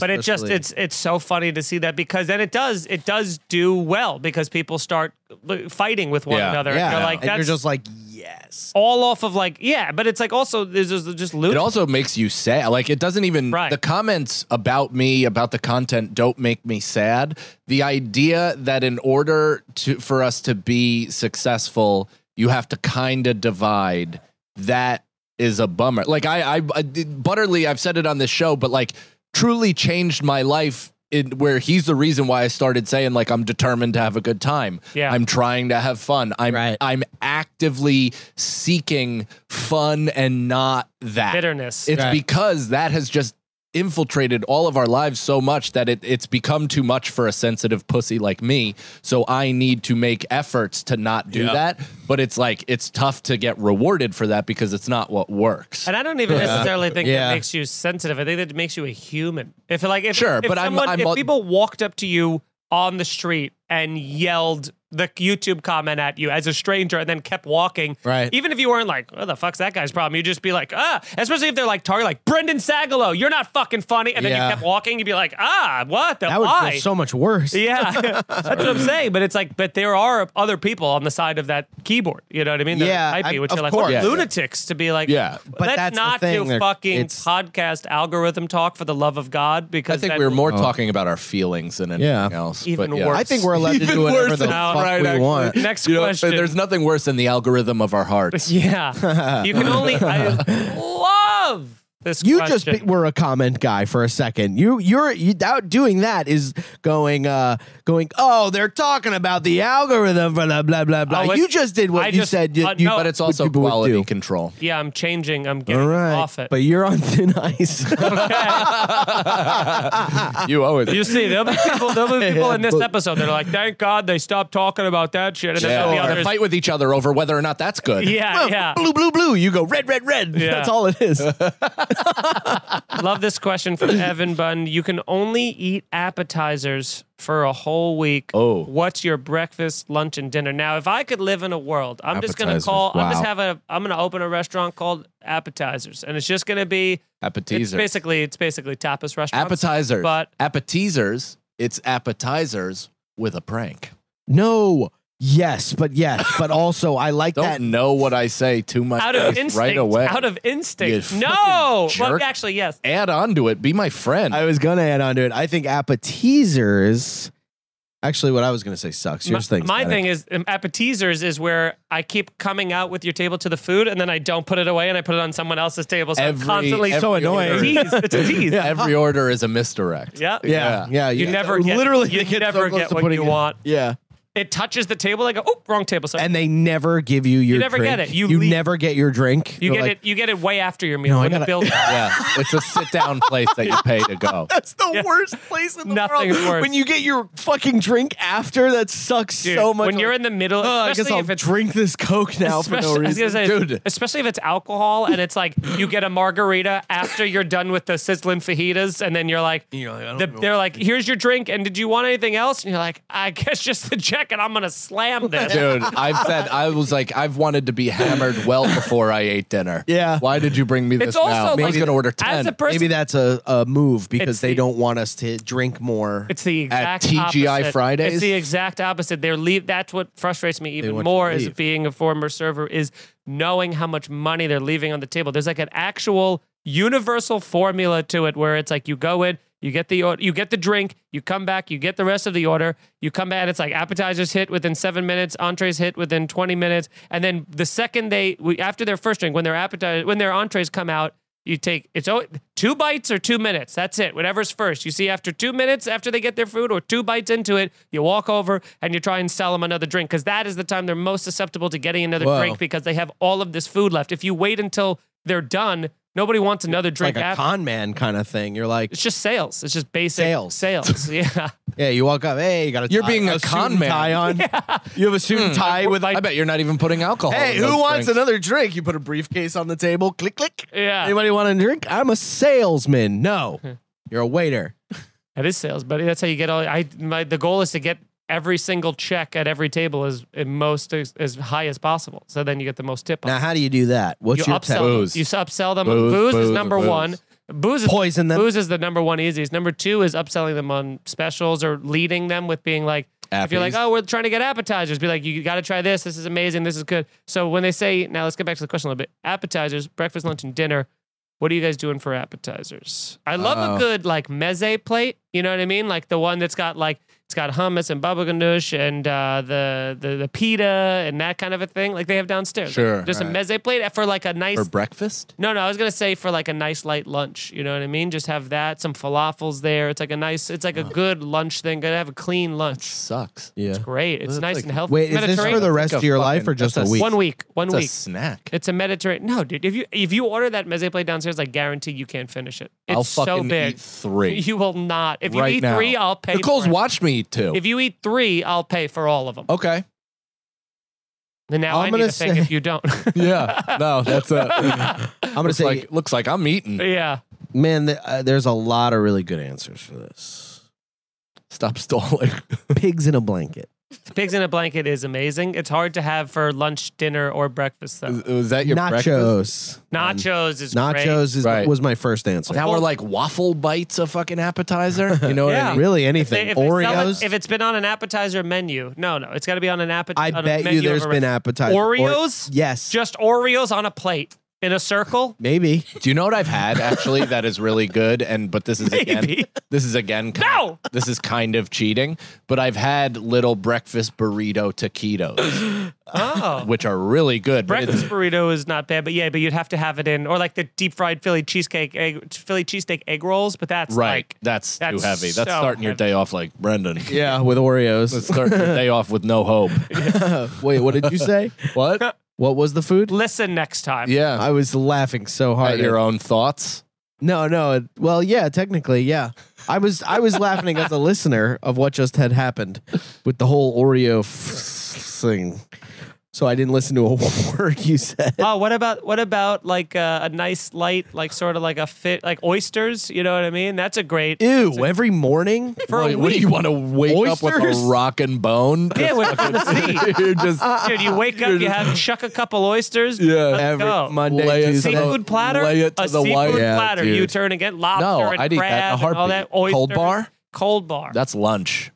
[SPEAKER 2] but it just
[SPEAKER 3] especially.
[SPEAKER 2] it's it's so funny to see that because then it does it does do well because people start like, fighting with one
[SPEAKER 4] Yeah.
[SPEAKER 2] another.
[SPEAKER 3] yeah.
[SPEAKER 2] And you're like
[SPEAKER 3] and
[SPEAKER 2] that's
[SPEAKER 3] you're just like yes.
[SPEAKER 2] all off of like yeah, but it's like also there's just just loot.
[SPEAKER 4] It also makes you sad. Like it doesn't even
[SPEAKER 2] Right.
[SPEAKER 4] the comments about me about the content don't make me sad. The idea that in order to for us to be successful, you have to kind of divide that is a bummer. Like I, I, I did, Butterly, I've said it on this show, but like truly changed my life. In, where he's the reason why I started saying like I'm determined to have a good time.
[SPEAKER 2] Yeah.
[SPEAKER 4] I'm trying to have fun. I'm
[SPEAKER 3] Right.
[SPEAKER 4] I'm actively seeking fun and not that
[SPEAKER 2] bitterness.
[SPEAKER 4] it's
[SPEAKER 3] Right.
[SPEAKER 4] because that has just infiltrated all of our lives so much that it, it's become too much for a sensitive pussy like me. So I need to make efforts to not do that. But it's like it's tough to get rewarded for that because it's not what works.
[SPEAKER 2] And I don't even necessarily think
[SPEAKER 3] Yeah.
[SPEAKER 2] that makes you sensitive. I think that makes you a human. If like if,
[SPEAKER 4] Sure,
[SPEAKER 2] if
[SPEAKER 4] but I'm-
[SPEAKER 2] someone,
[SPEAKER 4] I'm
[SPEAKER 2] if
[SPEAKER 4] all-
[SPEAKER 2] people walked up to you on the street and yelled the YouTube comment at you as a stranger and then kept walking,
[SPEAKER 3] Right.
[SPEAKER 2] Even if you weren't like, "What the fuck's that guy's problem?" You'd just be like, "Ah," especially if they're like target like Brendan Sagalow, you're not fucking funny, and then
[SPEAKER 3] Yeah.
[SPEAKER 2] you kept walking, you'd be like, "Ah, what the
[SPEAKER 3] That would
[SPEAKER 2] why?"
[SPEAKER 3] feel so much worse.
[SPEAKER 2] yeah, that's what I'm saying. But it's like, but there are other people on the side of that keyboard. You know what I mean? That
[SPEAKER 3] Yeah,
[SPEAKER 2] type
[SPEAKER 3] I-
[SPEAKER 2] you, which
[SPEAKER 3] of
[SPEAKER 2] are like what
[SPEAKER 3] course. Yeah,
[SPEAKER 2] lunatics to be like.
[SPEAKER 4] Yeah.
[SPEAKER 2] let's
[SPEAKER 3] But that's the
[SPEAKER 2] not
[SPEAKER 3] thing,
[SPEAKER 2] do
[SPEAKER 3] they're-
[SPEAKER 2] fucking
[SPEAKER 3] it's-
[SPEAKER 2] podcast algorithm talk for the love of God. Because
[SPEAKER 4] I think
[SPEAKER 2] then-
[SPEAKER 4] we were more talking about our feelings than anything
[SPEAKER 3] Oh. Yeah.
[SPEAKER 4] else.
[SPEAKER 2] Even
[SPEAKER 4] but yeah.
[SPEAKER 2] worse.
[SPEAKER 3] I think we're allowed to do
[SPEAKER 4] Even
[SPEAKER 3] whatever
[SPEAKER 4] worse
[SPEAKER 3] the
[SPEAKER 2] than- No,
[SPEAKER 3] fuck fuck
[SPEAKER 4] right,
[SPEAKER 3] we
[SPEAKER 4] actually.
[SPEAKER 3] want.
[SPEAKER 2] Next
[SPEAKER 4] You know,
[SPEAKER 2] question.
[SPEAKER 4] there's nothing worse than the algorithm of our hearts.
[SPEAKER 2] yeah. You can only. I love this
[SPEAKER 3] You
[SPEAKER 2] question.
[SPEAKER 3] just be, were a comment guy for a second. You you're you, that doing that is going uh going. Oh, they're talking about the algorithm for blah blah blah blah.
[SPEAKER 2] Oh, it's-
[SPEAKER 3] you just did what
[SPEAKER 2] I
[SPEAKER 3] you
[SPEAKER 2] just-
[SPEAKER 3] said. You,
[SPEAKER 2] uh,
[SPEAKER 3] you-
[SPEAKER 2] no.
[SPEAKER 4] But it's also
[SPEAKER 3] what you would
[SPEAKER 4] quality
[SPEAKER 3] do.
[SPEAKER 4] control.
[SPEAKER 2] yeah, I'm changing. I'm getting
[SPEAKER 3] All right,
[SPEAKER 2] off it.
[SPEAKER 3] but you're on thin ice.
[SPEAKER 4] You always.
[SPEAKER 2] You see, there'll be people, there'll be people in this episode that are like, thank God they stopped talking about that shit. And then
[SPEAKER 4] yeah.
[SPEAKER 2] there'll be
[SPEAKER 4] Or
[SPEAKER 2] others.
[SPEAKER 4] fight with each other over whether or not that's good.
[SPEAKER 2] yeah, yeah.
[SPEAKER 3] Blue, blue, blue. You go red, red, red.
[SPEAKER 2] Yeah.
[SPEAKER 3] That's all it is.
[SPEAKER 2] Love this question from Evan Bunn. You can only eat appetizers for a whole week.
[SPEAKER 4] Oh.
[SPEAKER 2] What's your breakfast, lunch, and dinner? Now, if I could live in a world, I'm just gonna
[SPEAKER 4] Appetizers,
[SPEAKER 2] call I'm just
[SPEAKER 4] wow.
[SPEAKER 2] have a I'm gonna open a restaurant called appetizers. And it's just gonna be it's
[SPEAKER 4] Appetizer.
[SPEAKER 2] basically it's basically tapas restaurants.
[SPEAKER 4] Appetizers.
[SPEAKER 2] But
[SPEAKER 4] appetizers. It's appetizers with a prank.
[SPEAKER 3] No. Yes, but yes, but also I like
[SPEAKER 4] Don't
[SPEAKER 3] that.
[SPEAKER 4] know what I say too much
[SPEAKER 2] out of
[SPEAKER 4] face
[SPEAKER 2] instinct.
[SPEAKER 4] right away.
[SPEAKER 2] Out of instinct.
[SPEAKER 4] You
[SPEAKER 2] no.
[SPEAKER 4] fucking
[SPEAKER 2] Well
[SPEAKER 4] jerk.
[SPEAKER 2] actually yes.
[SPEAKER 4] Add on to it. Be my friend.
[SPEAKER 3] I was gonna add on to it. I think appetizers. Actually, what I was gonna say sucks.
[SPEAKER 2] My,
[SPEAKER 3] Yours thing.
[SPEAKER 2] my thing is um, appetizers is where I keep coming out with your table to the food and then I don't put it away and I put it on someone else's table. So I'm
[SPEAKER 4] Every-
[SPEAKER 2] constantly
[SPEAKER 4] every So annoying.
[SPEAKER 2] It's a tease. It's a tease.
[SPEAKER 4] yeah. Every order is a misdirect.
[SPEAKER 2] Yep.
[SPEAKER 3] Yeah, yeah.
[SPEAKER 2] You never get-
[SPEAKER 3] literally
[SPEAKER 2] you
[SPEAKER 3] they get
[SPEAKER 2] never
[SPEAKER 3] so close
[SPEAKER 2] get
[SPEAKER 3] to
[SPEAKER 2] what
[SPEAKER 3] putting
[SPEAKER 2] you
[SPEAKER 3] it-
[SPEAKER 2] want.
[SPEAKER 3] Yeah,
[SPEAKER 2] It touches the table. I go, oh, wrong table. Sorry.
[SPEAKER 3] and they never give you your.
[SPEAKER 2] never
[SPEAKER 3] drink.
[SPEAKER 2] get it. You leave.
[SPEAKER 3] never get your drink.
[SPEAKER 2] you
[SPEAKER 3] You're
[SPEAKER 2] get
[SPEAKER 3] like,
[SPEAKER 2] it. You get it way after your meal.
[SPEAKER 3] No, I
[SPEAKER 2] when the
[SPEAKER 3] gotta-
[SPEAKER 2] bill-
[SPEAKER 4] Yeah. It's a sit down place that you pay to go.
[SPEAKER 3] That's the worst place in the
[SPEAKER 2] Nothing's
[SPEAKER 3] world.
[SPEAKER 2] worse.
[SPEAKER 3] When you get your fucking drink after, that sucks
[SPEAKER 2] Dude,
[SPEAKER 3] so much.
[SPEAKER 2] When you're
[SPEAKER 3] Like,
[SPEAKER 2] in the middle,
[SPEAKER 3] "Oh, I guess
[SPEAKER 2] especially
[SPEAKER 3] I'll
[SPEAKER 2] if it's
[SPEAKER 3] drink this Coke now for no
[SPEAKER 2] especially- I was
[SPEAKER 3] reason,
[SPEAKER 2] gonna say,
[SPEAKER 3] dude.
[SPEAKER 2] Especially if it's alcohol and it's like you get a margarita after you're done with the sizzling fajitas, and then you're like, the- they're like, here's your drink, and did you want anything else? And you're like, I guess just the check, and I'm gonna slam this.
[SPEAKER 4] Dude, I've said I was like I've wanted to be hammered well before I ate dinner.
[SPEAKER 3] Yeah.
[SPEAKER 4] Why did you bring me this
[SPEAKER 2] It's also
[SPEAKER 4] now? I was
[SPEAKER 2] like-
[SPEAKER 4] gonna order
[SPEAKER 2] as
[SPEAKER 4] ten.
[SPEAKER 2] a person.
[SPEAKER 3] Maybe that's a, a move
[SPEAKER 2] It's
[SPEAKER 3] because they
[SPEAKER 2] the-
[SPEAKER 3] don't want us to drink more.
[SPEAKER 2] It's the exact
[SPEAKER 4] TGI
[SPEAKER 2] opposite.
[SPEAKER 4] Fridays?
[SPEAKER 2] It's the exact opposite. They're leave. That's what frustrates me even
[SPEAKER 3] want you
[SPEAKER 2] more
[SPEAKER 3] to
[SPEAKER 2] as
[SPEAKER 3] leave.
[SPEAKER 2] being a former server is knowing how much money they're leaving on the table. There's like an actual universal formula to it where it's like you go in, you get the or- you get the drink, you come back, you get the rest of the order, you come back. and It's like appetizers hit within seven minutes, entrees hit within twenty minutes, and then the second they we, after their first drink, when their appetizer when their entrees come out. You take it's o- two bites or two minutes. That's it. Whatever's first. You see, after two minutes, after they get their food or two bites into it, you walk over and you try and sell them another drink because that is the time they're most susceptible to getting another
[SPEAKER 3] Whoa.
[SPEAKER 2] drink because they have all of this food left. If you wait until they're done, nobody wants another
[SPEAKER 3] like
[SPEAKER 2] drink
[SPEAKER 3] a
[SPEAKER 2] after.
[SPEAKER 3] con man kind of thing. You're like,
[SPEAKER 2] it's just sales. It's just basic
[SPEAKER 3] Sales.
[SPEAKER 2] Sales. Yeah.
[SPEAKER 3] yeah, you walk up, hey, you got a
[SPEAKER 4] You're
[SPEAKER 3] tie-
[SPEAKER 4] being a
[SPEAKER 3] suit
[SPEAKER 4] con
[SPEAKER 3] and
[SPEAKER 4] man.
[SPEAKER 3] tie on. You have a suit
[SPEAKER 2] Hmm.
[SPEAKER 3] and tie with.
[SPEAKER 4] I bet you're not even putting alcohol.
[SPEAKER 3] Hey,
[SPEAKER 4] in
[SPEAKER 3] who
[SPEAKER 4] those
[SPEAKER 3] wants
[SPEAKER 4] drinks.
[SPEAKER 3] another drink? You put a briefcase on the table. Click, click.
[SPEAKER 2] Yeah.
[SPEAKER 3] Anybody want a drink? I'm a salesman. No, you're a waiter.
[SPEAKER 2] That is sales, buddy. That's how you get all. I my the goal is to get every single check at every table as at most as, as high as possible. So then you get the most tip. on
[SPEAKER 3] Now, how do you do that? What's
[SPEAKER 2] you
[SPEAKER 3] your
[SPEAKER 2] upsell
[SPEAKER 3] tech?
[SPEAKER 2] them.
[SPEAKER 4] Booze.
[SPEAKER 2] You s- upsell them. Booze,
[SPEAKER 4] Booze,
[SPEAKER 2] is
[SPEAKER 4] booze,
[SPEAKER 2] number
[SPEAKER 4] booze.
[SPEAKER 2] one. Booze is
[SPEAKER 3] Poison them.
[SPEAKER 2] Booze is the number one easiest. Number two is upselling them on specials or leading them with being like, if you're like,
[SPEAKER 4] Appies.
[SPEAKER 2] oh, we're trying to get appetizers, be like, you got to try this. This is amazing. This is good. So when they say, now let's get back to the question a little bit. Appetizers, breakfast, lunch, and dinner. What are you guys doing for appetizers? I love a
[SPEAKER 3] Oh.
[SPEAKER 2] good like meze plate. You know what I mean? Like the one that's got like it's got hummus and baba ganoush and uh, the, the the pita and that kind of a thing. Like they have downstairs.
[SPEAKER 4] Sure,
[SPEAKER 2] Just a
[SPEAKER 4] right.
[SPEAKER 2] meze plate for like a nice
[SPEAKER 4] for breakfast?
[SPEAKER 2] no, no, I was gonna say for like a nice light lunch. You know what I mean? Just have that, some falafels there. It's like a nice, it's like a good lunch thing. Gotta have a clean lunch.
[SPEAKER 4] Sucks.
[SPEAKER 3] Yeah.
[SPEAKER 2] Great. It's
[SPEAKER 4] That's
[SPEAKER 2] nice
[SPEAKER 4] like-
[SPEAKER 2] and healthy.
[SPEAKER 3] Wait, is this for
[SPEAKER 2] Mediterranean-
[SPEAKER 3] the rest
[SPEAKER 4] That's
[SPEAKER 3] of
[SPEAKER 4] a
[SPEAKER 3] your life
[SPEAKER 4] fucking-
[SPEAKER 3] or just a
[SPEAKER 4] that's a
[SPEAKER 3] week?
[SPEAKER 2] one week? One
[SPEAKER 4] It's a
[SPEAKER 2] week.
[SPEAKER 4] snack.
[SPEAKER 2] It's a Mediterranean. No, dude. If you if you order that meze plate downstairs, I guarantee you can't finish it. It's
[SPEAKER 4] I'll
[SPEAKER 2] so
[SPEAKER 4] fucking
[SPEAKER 2] big.
[SPEAKER 4] eat three.
[SPEAKER 2] You will not. If you
[SPEAKER 4] right
[SPEAKER 2] eat
[SPEAKER 4] now.
[SPEAKER 2] three, I'll pay.
[SPEAKER 4] Nicole's
[SPEAKER 2] for it.
[SPEAKER 4] watched me eat two.
[SPEAKER 2] If you eat three, I'll pay for all of them.
[SPEAKER 4] okay.
[SPEAKER 2] And now I
[SPEAKER 3] I'm
[SPEAKER 2] need
[SPEAKER 3] gonna
[SPEAKER 2] to think
[SPEAKER 3] say-
[SPEAKER 2] if you don't.
[SPEAKER 4] Yeah. No, that's a.
[SPEAKER 3] I'm gonna
[SPEAKER 4] looks
[SPEAKER 3] say,
[SPEAKER 4] like looks like I'm eating.
[SPEAKER 2] yeah.
[SPEAKER 3] man, th- uh, there's a lot of really good answers for this.
[SPEAKER 4] Stop stalling.
[SPEAKER 3] Pigs in a blanket.
[SPEAKER 2] Pigs in a blanket is amazing. It's hard to have for lunch, dinner, or breakfast though.
[SPEAKER 4] Was was that your breakfast?
[SPEAKER 3] Nachos.
[SPEAKER 2] Nachos is great.
[SPEAKER 3] Nachos is,
[SPEAKER 4] Right.
[SPEAKER 3] was my first answer.
[SPEAKER 4] Now we're like waffle bites a fucking appetizer. You know what
[SPEAKER 2] Yeah.
[SPEAKER 4] I mean?
[SPEAKER 3] really
[SPEAKER 2] If they-
[SPEAKER 3] anything.
[SPEAKER 2] if they sell it-
[SPEAKER 3] Oreos.
[SPEAKER 2] if it's been on an appetizer menu, no, no, it's got to be on an appetizer.
[SPEAKER 3] I bet you
[SPEAKER 2] there's
[SPEAKER 3] there's been appetizers.
[SPEAKER 2] Oreos?
[SPEAKER 3] yes.
[SPEAKER 2] just Oreos on a plate. in a circle.
[SPEAKER 3] Maybe.
[SPEAKER 4] Do you know what I've had actually that is really good? And but this is again,
[SPEAKER 2] Maybe.
[SPEAKER 4] this is again, kind,
[SPEAKER 2] No!
[SPEAKER 4] this is kind of cheating. But I've had little breakfast burrito taquitos,
[SPEAKER 2] Oh.
[SPEAKER 4] which are really good. but it's-
[SPEAKER 2] Breakfast burrito is not bad, but yeah, but you'd have to have it in or like the deep fried Philly cheesecake egg Philly cheesesteak egg rolls, but that's
[SPEAKER 4] right,
[SPEAKER 2] like
[SPEAKER 4] that's,
[SPEAKER 2] that's
[SPEAKER 4] too heavy. That's
[SPEAKER 2] so
[SPEAKER 4] starting your
[SPEAKER 2] heavy.
[SPEAKER 4] day off like Brendan.
[SPEAKER 3] Yeah, with Oreos.
[SPEAKER 4] Starting your day off with no hope.
[SPEAKER 3] Wait, what did you say?
[SPEAKER 4] What?
[SPEAKER 3] What was the food?
[SPEAKER 2] listen next time.
[SPEAKER 4] Yeah,
[SPEAKER 3] I was laughing so hard.
[SPEAKER 4] at your own thoughts.
[SPEAKER 3] No, no. It, well, yeah, technically, yeah. I was I was laughing as a listener of what just had happened with the whole Oreo f- thing. So I didn't listen to a word you said.
[SPEAKER 2] Oh, what about what about like uh, a nice light, like sort of like a fit, like oysters? You know what I mean? That's a great.
[SPEAKER 3] Ew, every morning?
[SPEAKER 2] For
[SPEAKER 4] Wait,
[SPEAKER 2] a
[SPEAKER 4] what do
[SPEAKER 2] week.
[SPEAKER 4] you want to wake up with
[SPEAKER 3] Oysters?
[SPEAKER 4] a rock and bone?
[SPEAKER 2] Yeah, Uh, with the
[SPEAKER 4] You're just
[SPEAKER 2] Dude, you wake up, you have chuck a couple oysters.
[SPEAKER 4] Yeah.
[SPEAKER 2] let's
[SPEAKER 3] Every
[SPEAKER 2] go.
[SPEAKER 3] Monday,
[SPEAKER 4] Lay it to
[SPEAKER 3] Tuesday.
[SPEAKER 2] seafood platter,
[SPEAKER 4] Lay it to
[SPEAKER 2] a
[SPEAKER 4] the
[SPEAKER 2] seafood
[SPEAKER 4] white. Yeah,
[SPEAKER 2] platter. You
[SPEAKER 4] dude.
[SPEAKER 2] turn again, lobster
[SPEAKER 4] No,
[SPEAKER 2] and
[SPEAKER 4] I'd eat that in a
[SPEAKER 2] crab and all that.
[SPEAKER 4] heartbeat. Cold
[SPEAKER 2] Oysters.
[SPEAKER 4] bar?
[SPEAKER 2] cold bar.
[SPEAKER 4] That's lunch.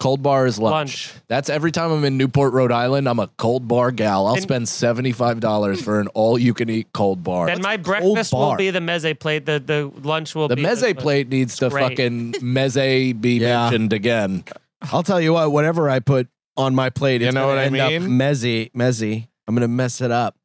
[SPEAKER 4] Cold bar is lunch.
[SPEAKER 2] Lunch.
[SPEAKER 4] That's every time I'm in Newport, Rhode Island. I'm a cold bar gal. I'll
[SPEAKER 2] And-
[SPEAKER 4] spend seventy five dollars for an all you can eat cold bar.
[SPEAKER 2] then my
[SPEAKER 3] cold
[SPEAKER 2] breakfast will
[SPEAKER 3] bar?
[SPEAKER 2] be the meze plate. The the lunch will
[SPEAKER 4] the
[SPEAKER 2] be
[SPEAKER 4] meze plate needs to
[SPEAKER 2] great.
[SPEAKER 4] fucking meze be
[SPEAKER 3] Yeah.
[SPEAKER 4] mentioned again.
[SPEAKER 3] I'll tell you what, whatever I put on my plate, it's
[SPEAKER 4] You know
[SPEAKER 3] gonna
[SPEAKER 4] what I
[SPEAKER 3] end up
[SPEAKER 4] mean?
[SPEAKER 3] messy, messy. I'm gonna mess it up.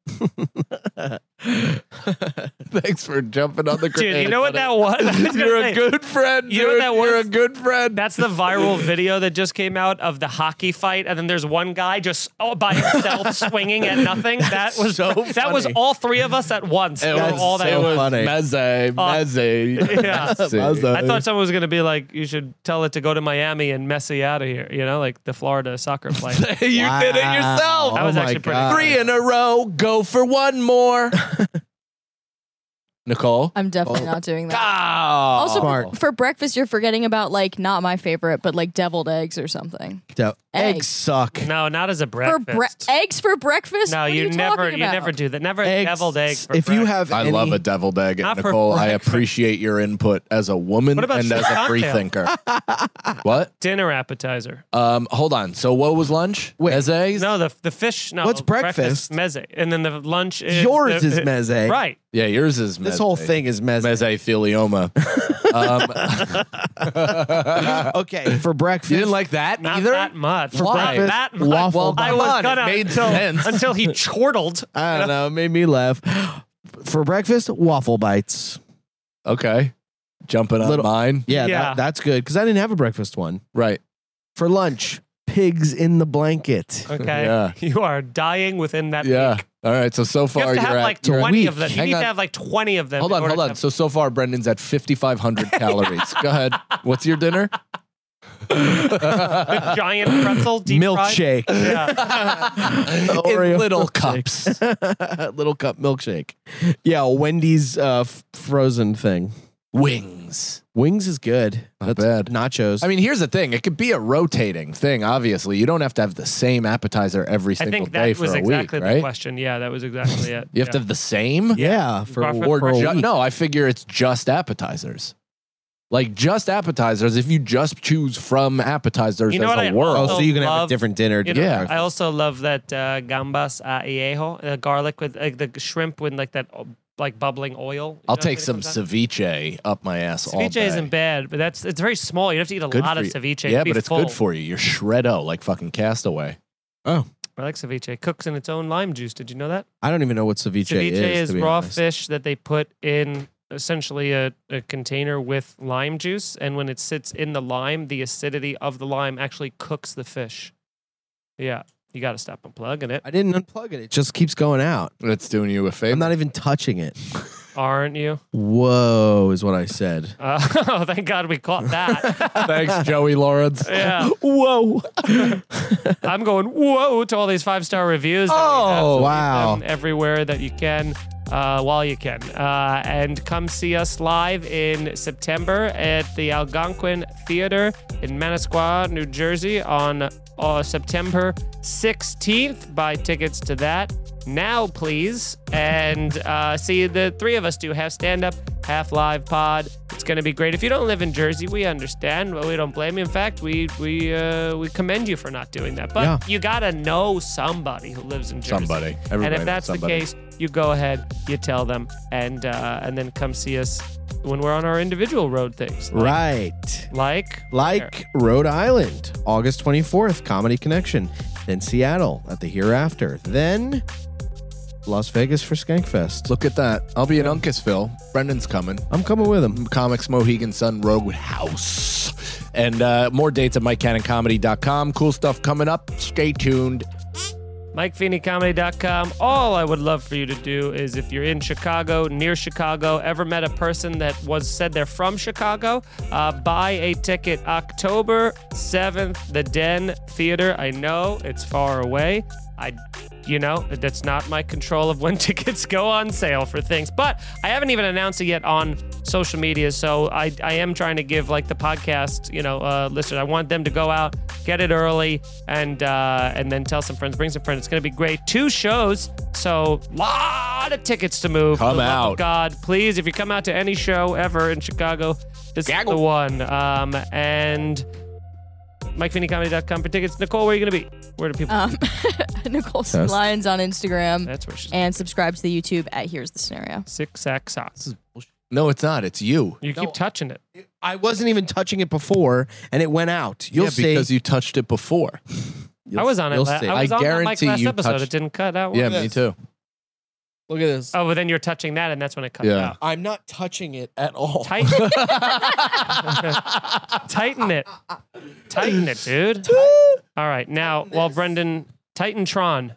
[SPEAKER 4] Thanks for jumping on the grenade.
[SPEAKER 2] Dude, you know what that was? I was gonna
[SPEAKER 4] You're a
[SPEAKER 2] say,
[SPEAKER 4] good friend.
[SPEAKER 2] You know what that
[SPEAKER 4] dude. You're a
[SPEAKER 2] was?
[SPEAKER 4] good friend.
[SPEAKER 2] That's the viral video that just came out of the hockey fight, and then there's one guy just all by himself swinging at nothing. That was
[SPEAKER 3] so
[SPEAKER 2] that was
[SPEAKER 3] funny.
[SPEAKER 2] all three of us at once. We were
[SPEAKER 3] was
[SPEAKER 2] all
[SPEAKER 3] so
[SPEAKER 2] that.
[SPEAKER 3] was funny.
[SPEAKER 4] Meze, meze,
[SPEAKER 2] Yeah.
[SPEAKER 4] meze.
[SPEAKER 2] I thought someone was going to be like, you should tell it to go to Miami and Messi out of here, you know, like the Florida soccer player.
[SPEAKER 4] you did it yourself.
[SPEAKER 2] That was
[SPEAKER 3] my
[SPEAKER 2] actually pretty
[SPEAKER 3] God.
[SPEAKER 2] funny.
[SPEAKER 4] Three in a row. Go for one more. Nicole.
[SPEAKER 5] I'm definitely not doing that.
[SPEAKER 4] Ah.
[SPEAKER 5] Also,
[SPEAKER 3] Smart.
[SPEAKER 5] for breakfast, you're forgetting about like not my favorite, but like deviled eggs or something.
[SPEAKER 3] Eggs,
[SPEAKER 5] Eggs.
[SPEAKER 3] suck.
[SPEAKER 2] No, not as a
[SPEAKER 5] For
[SPEAKER 2] breakfast.
[SPEAKER 5] bre- eggs for breakfast?
[SPEAKER 2] no,
[SPEAKER 5] What are
[SPEAKER 2] you,
[SPEAKER 5] you
[SPEAKER 2] never,
[SPEAKER 5] talking
[SPEAKER 2] you
[SPEAKER 5] about?
[SPEAKER 2] never do that. Never
[SPEAKER 3] Eggs.
[SPEAKER 2] deviled eggs. For
[SPEAKER 3] if you
[SPEAKER 2] breakfast.
[SPEAKER 3] have,
[SPEAKER 4] I
[SPEAKER 3] any-
[SPEAKER 4] love a deviled egg. And
[SPEAKER 2] Not for
[SPEAKER 4] Nicole, I
[SPEAKER 2] breakfast.
[SPEAKER 4] appreciate your input as a woman
[SPEAKER 2] What about
[SPEAKER 4] and as a
[SPEAKER 2] shrimp
[SPEAKER 4] free
[SPEAKER 2] cocktail?
[SPEAKER 4] thinker. what?
[SPEAKER 2] dinner appetizer,
[SPEAKER 4] Um, hold on. So what was lunch?
[SPEAKER 3] Wait.
[SPEAKER 4] Mezze?
[SPEAKER 2] no, the the fish. No,
[SPEAKER 3] What's breakfast?
[SPEAKER 2] Meze, and then the lunch. Is
[SPEAKER 3] Yours
[SPEAKER 2] the-
[SPEAKER 3] is meze.
[SPEAKER 2] Right.
[SPEAKER 4] Yeah, yours is
[SPEAKER 3] This
[SPEAKER 4] mezze.
[SPEAKER 3] whole thing is messy.
[SPEAKER 4] mesothelioma. um,
[SPEAKER 3] Uh, Okay, for breakfast.
[SPEAKER 4] you didn't like that
[SPEAKER 2] Not
[SPEAKER 4] either?
[SPEAKER 2] that much.
[SPEAKER 4] For
[SPEAKER 2] Not
[SPEAKER 4] breakfast?
[SPEAKER 2] that much.
[SPEAKER 3] Waffle
[SPEAKER 2] Well, I
[SPEAKER 3] bun.
[SPEAKER 2] was
[SPEAKER 4] Come on,
[SPEAKER 2] gonna
[SPEAKER 4] it made
[SPEAKER 2] until,
[SPEAKER 4] sense.
[SPEAKER 2] until he chortled.
[SPEAKER 3] I don't know. It made me laugh. For breakfast, waffle bites.
[SPEAKER 4] Okay. Jumping on
[SPEAKER 3] Little-
[SPEAKER 4] mine.
[SPEAKER 3] Yeah,
[SPEAKER 2] Yeah.
[SPEAKER 3] That, that's good because I didn't have a breakfast one.
[SPEAKER 4] Right.
[SPEAKER 3] For lunch, pigs in the blanket.
[SPEAKER 2] Okay.
[SPEAKER 4] Yeah.
[SPEAKER 2] You are dying within that.
[SPEAKER 4] Yeah. All right. So so
[SPEAKER 2] You
[SPEAKER 4] far
[SPEAKER 2] have to
[SPEAKER 4] are
[SPEAKER 2] have
[SPEAKER 4] at
[SPEAKER 2] like
[SPEAKER 4] you're at-
[SPEAKER 2] 20 of
[SPEAKER 4] weak.
[SPEAKER 2] them. You
[SPEAKER 4] Hang
[SPEAKER 2] need
[SPEAKER 4] on.
[SPEAKER 2] to have like 20 of them.
[SPEAKER 4] Hold
[SPEAKER 2] in
[SPEAKER 4] on,
[SPEAKER 2] order
[SPEAKER 4] hold
[SPEAKER 2] to
[SPEAKER 4] on.
[SPEAKER 2] have-
[SPEAKER 4] So so far, Brendan's at fifty five hundred calories. Go ahead. What's your dinner?
[SPEAKER 2] the giant pretzel deep fried.
[SPEAKER 3] milkshake.
[SPEAKER 2] Yeah.
[SPEAKER 3] Oreo
[SPEAKER 4] In little
[SPEAKER 3] milkshake.
[SPEAKER 4] cups.
[SPEAKER 3] little cup milkshake. Yeah, a Wendy's uh, f- frozen thing.
[SPEAKER 4] Wings.
[SPEAKER 3] Wings is good.
[SPEAKER 4] Not bad.
[SPEAKER 3] Nachos.
[SPEAKER 4] I mean, here's the thing. It could be a rotating thing. Obviously, you don't have to have the same appetizer every
[SPEAKER 2] I
[SPEAKER 4] single
[SPEAKER 2] think
[SPEAKER 4] day
[SPEAKER 2] that
[SPEAKER 4] for
[SPEAKER 2] was
[SPEAKER 4] a
[SPEAKER 2] exactly
[SPEAKER 4] week,
[SPEAKER 2] the
[SPEAKER 4] right?
[SPEAKER 2] question. Yeah, that was exactly it.
[SPEAKER 4] You have
[SPEAKER 2] yeah.
[SPEAKER 4] to have the same.
[SPEAKER 3] yeah, for,
[SPEAKER 2] Breakfast,
[SPEAKER 3] for a
[SPEAKER 2] breakfast.
[SPEAKER 4] Ju-
[SPEAKER 3] week.
[SPEAKER 4] no, I figure it's just appetizers. Like just appetizers. If you just choose from appetizers
[SPEAKER 2] You know
[SPEAKER 4] as
[SPEAKER 2] what
[SPEAKER 4] a
[SPEAKER 2] I
[SPEAKER 4] world,
[SPEAKER 3] Oh, so you can have a
[SPEAKER 2] Love-
[SPEAKER 3] different dinner.
[SPEAKER 2] You
[SPEAKER 3] to
[SPEAKER 2] know,
[SPEAKER 4] Yeah.
[SPEAKER 2] I also love that uh, gambas aiejo, uh, garlic with like the shrimp with like that uh, like bubbling oil. you
[SPEAKER 4] I'll
[SPEAKER 2] know,
[SPEAKER 4] take
[SPEAKER 2] that
[SPEAKER 4] some
[SPEAKER 2] comes out.
[SPEAKER 4] ceviche up my ass. all
[SPEAKER 2] Ceviche
[SPEAKER 4] day.
[SPEAKER 2] isn't bad, but that's it's very small. You have to eat a
[SPEAKER 4] Good
[SPEAKER 2] lot
[SPEAKER 4] for
[SPEAKER 2] of
[SPEAKER 4] you.
[SPEAKER 2] ceviche.
[SPEAKER 4] Yeah,
[SPEAKER 2] to be
[SPEAKER 4] but it's
[SPEAKER 2] full.
[SPEAKER 4] good for you. You're shreddo like fucking castaway. Oh.
[SPEAKER 2] I like ceviche. It cooks in its own lime juice. Did you know that?
[SPEAKER 3] I don't even know what ceviche,
[SPEAKER 2] Ceviche is,
[SPEAKER 3] to be
[SPEAKER 2] raw
[SPEAKER 3] honest.
[SPEAKER 2] fish that they put in essentially a, a container with lime juice, and when it sits in the lime, the acidity of the lime actually cooks the fish. Yeah, you got to stop unplugging it,
[SPEAKER 3] I didn't unplug it. It just keeps going out.
[SPEAKER 4] That's doing you a favor.
[SPEAKER 3] I'm not even touching it.
[SPEAKER 2] aren't you?
[SPEAKER 3] Whoa, is what I said.
[SPEAKER 2] Uh, oh, thank God we caught that.
[SPEAKER 4] Thanks, Joey Lawrence.
[SPEAKER 2] yeah,
[SPEAKER 3] Whoa.
[SPEAKER 2] I'm going whoa to all these five star reviews. that we have.
[SPEAKER 3] Oh,
[SPEAKER 2] So leave
[SPEAKER 3] wow.
[SPEAKER 2] them Everywhere that you can. Uh, while you can. Uh, and come see us live in September at the Algonquin Theater in Manasquan, New Jersey on uh, September 16th. Buy tickets to that now, please. And uh, see the three of us do half stand up, half live pod. It's going to be great. If you don't live in Jersey, we understand, but we don't blame you. In fact, we we uh, we commend you for not doing that. But
[SPEAKER 3] Yeah.
[SPEAKER 2] you got to know somebody who lives in Jersey.
[SPEAKER 4] Somebody. Everybody
[SPEAKER 2] and if
[SPEAKER 4] knows
[SPEAKER 2] that's
[SPEAKER 4] somebody.
[SPEAKER 2] the case, you go ahead, you tell them, and uh, and then come see us when we're on our individual road things. Like,
[SPEAKER 3] Right.
[SPEAKER 2] Like,
[SPEAKER 3] Like Rhode Island, August 24th, Comedy Connection. Then Seattle at the Hereafter. Then Las Vegas for Skankfest. Look,
[SPEAKER 4] Look at that. I'll be in Uncasville. Brendan's coming.
[SPEAKER 3] I'm coming with him.
[SPEAKER 4] Comics Mohegan Sun Roadhouse. And uh, more dates at MikeCannonComedy.com. Cool stuff coming up. Stay tuned.
[SPEAKER 2] MikeFeeneyComedy.com. All I would love for you to do is if you're in Chicago, near Chicago, ever met a person that was said they're from Chicago, uh, buy a ticket October 7th, the Den Theater. I know it's far away. I, you know, that's not my control of when tickets go on sale for things, but I haven't even announced it yet on social media. So I, I am trying to give like the podcast, you know, uh, listeners, I want them to go out, get it early, and uh, and then tell some friends, bring some friends. It's going to be great. Two shows, so lot of tickets to move. For
[SPEAKER 4] Come
[SPEAKER 2] the love of
[SPEAKER 4] out.
[SPEAKER 2] God, please, if you come out to any show ever in Chicago, this
[SPEAKER 4] Gaggle.
[SPEAKER 2] is the one. Um, and MikeFeeneyComedy.com for tickets. Nicole, where are you going to be? Where do people?
[SPEAKER 5] Um, Nicole
[SPEAKER 3] Yes.
[SPEAKER 5] Lyons on Instagram
[SPEAKER 2] That's where she's.
[SPEAKER 5] and subscribe to the YouTube at Here's the Scenario.
[SPEAKER 2] Six sack socks.
[SPEAKER 4] No, it's not. It's you.
[SPEAKER 2] You keep touching it.
[SPEAKER 3] I wasn't even touching it before, and it went out. You'll
[SPEAKER 4] yeah,
[SPEAKER 3] see.
[SPEAKER 4] because you touched it before.
[SPEAKER 2] I was on it.
[SPEAKER 3] you'll
[SPEAKER 2] la-
[SPEAKER 3] see.
[SPEAKER 2] I was
[SPEAKER 4] I
[SPEAKER 2] on that mic
[SPEAKER 4] guarantee
[SPEAKER 2] last
[SPEAKER 4] you
[SPEAKER 2] episode.
[SPEAKER 4] touched-
[SPEAKER 2] It didn't cut out.
[SPEAKER 4] Yeah,
[SPEAKER 3] this?
[SPEAKER 4] me too.
[SPEAKER 3] Look at this.
[SPEAKER 2] Oh, but then you're touching that, and that's when it cut
[SPEAKER 4] Yeah.
[SPEAKER 2] out.
[SPEAKER 3] I'm not touching it at all.
[SPEAKER 2] Tighten. tighten it. Tighten it, dude. All right, now while Brendan tighten Tron.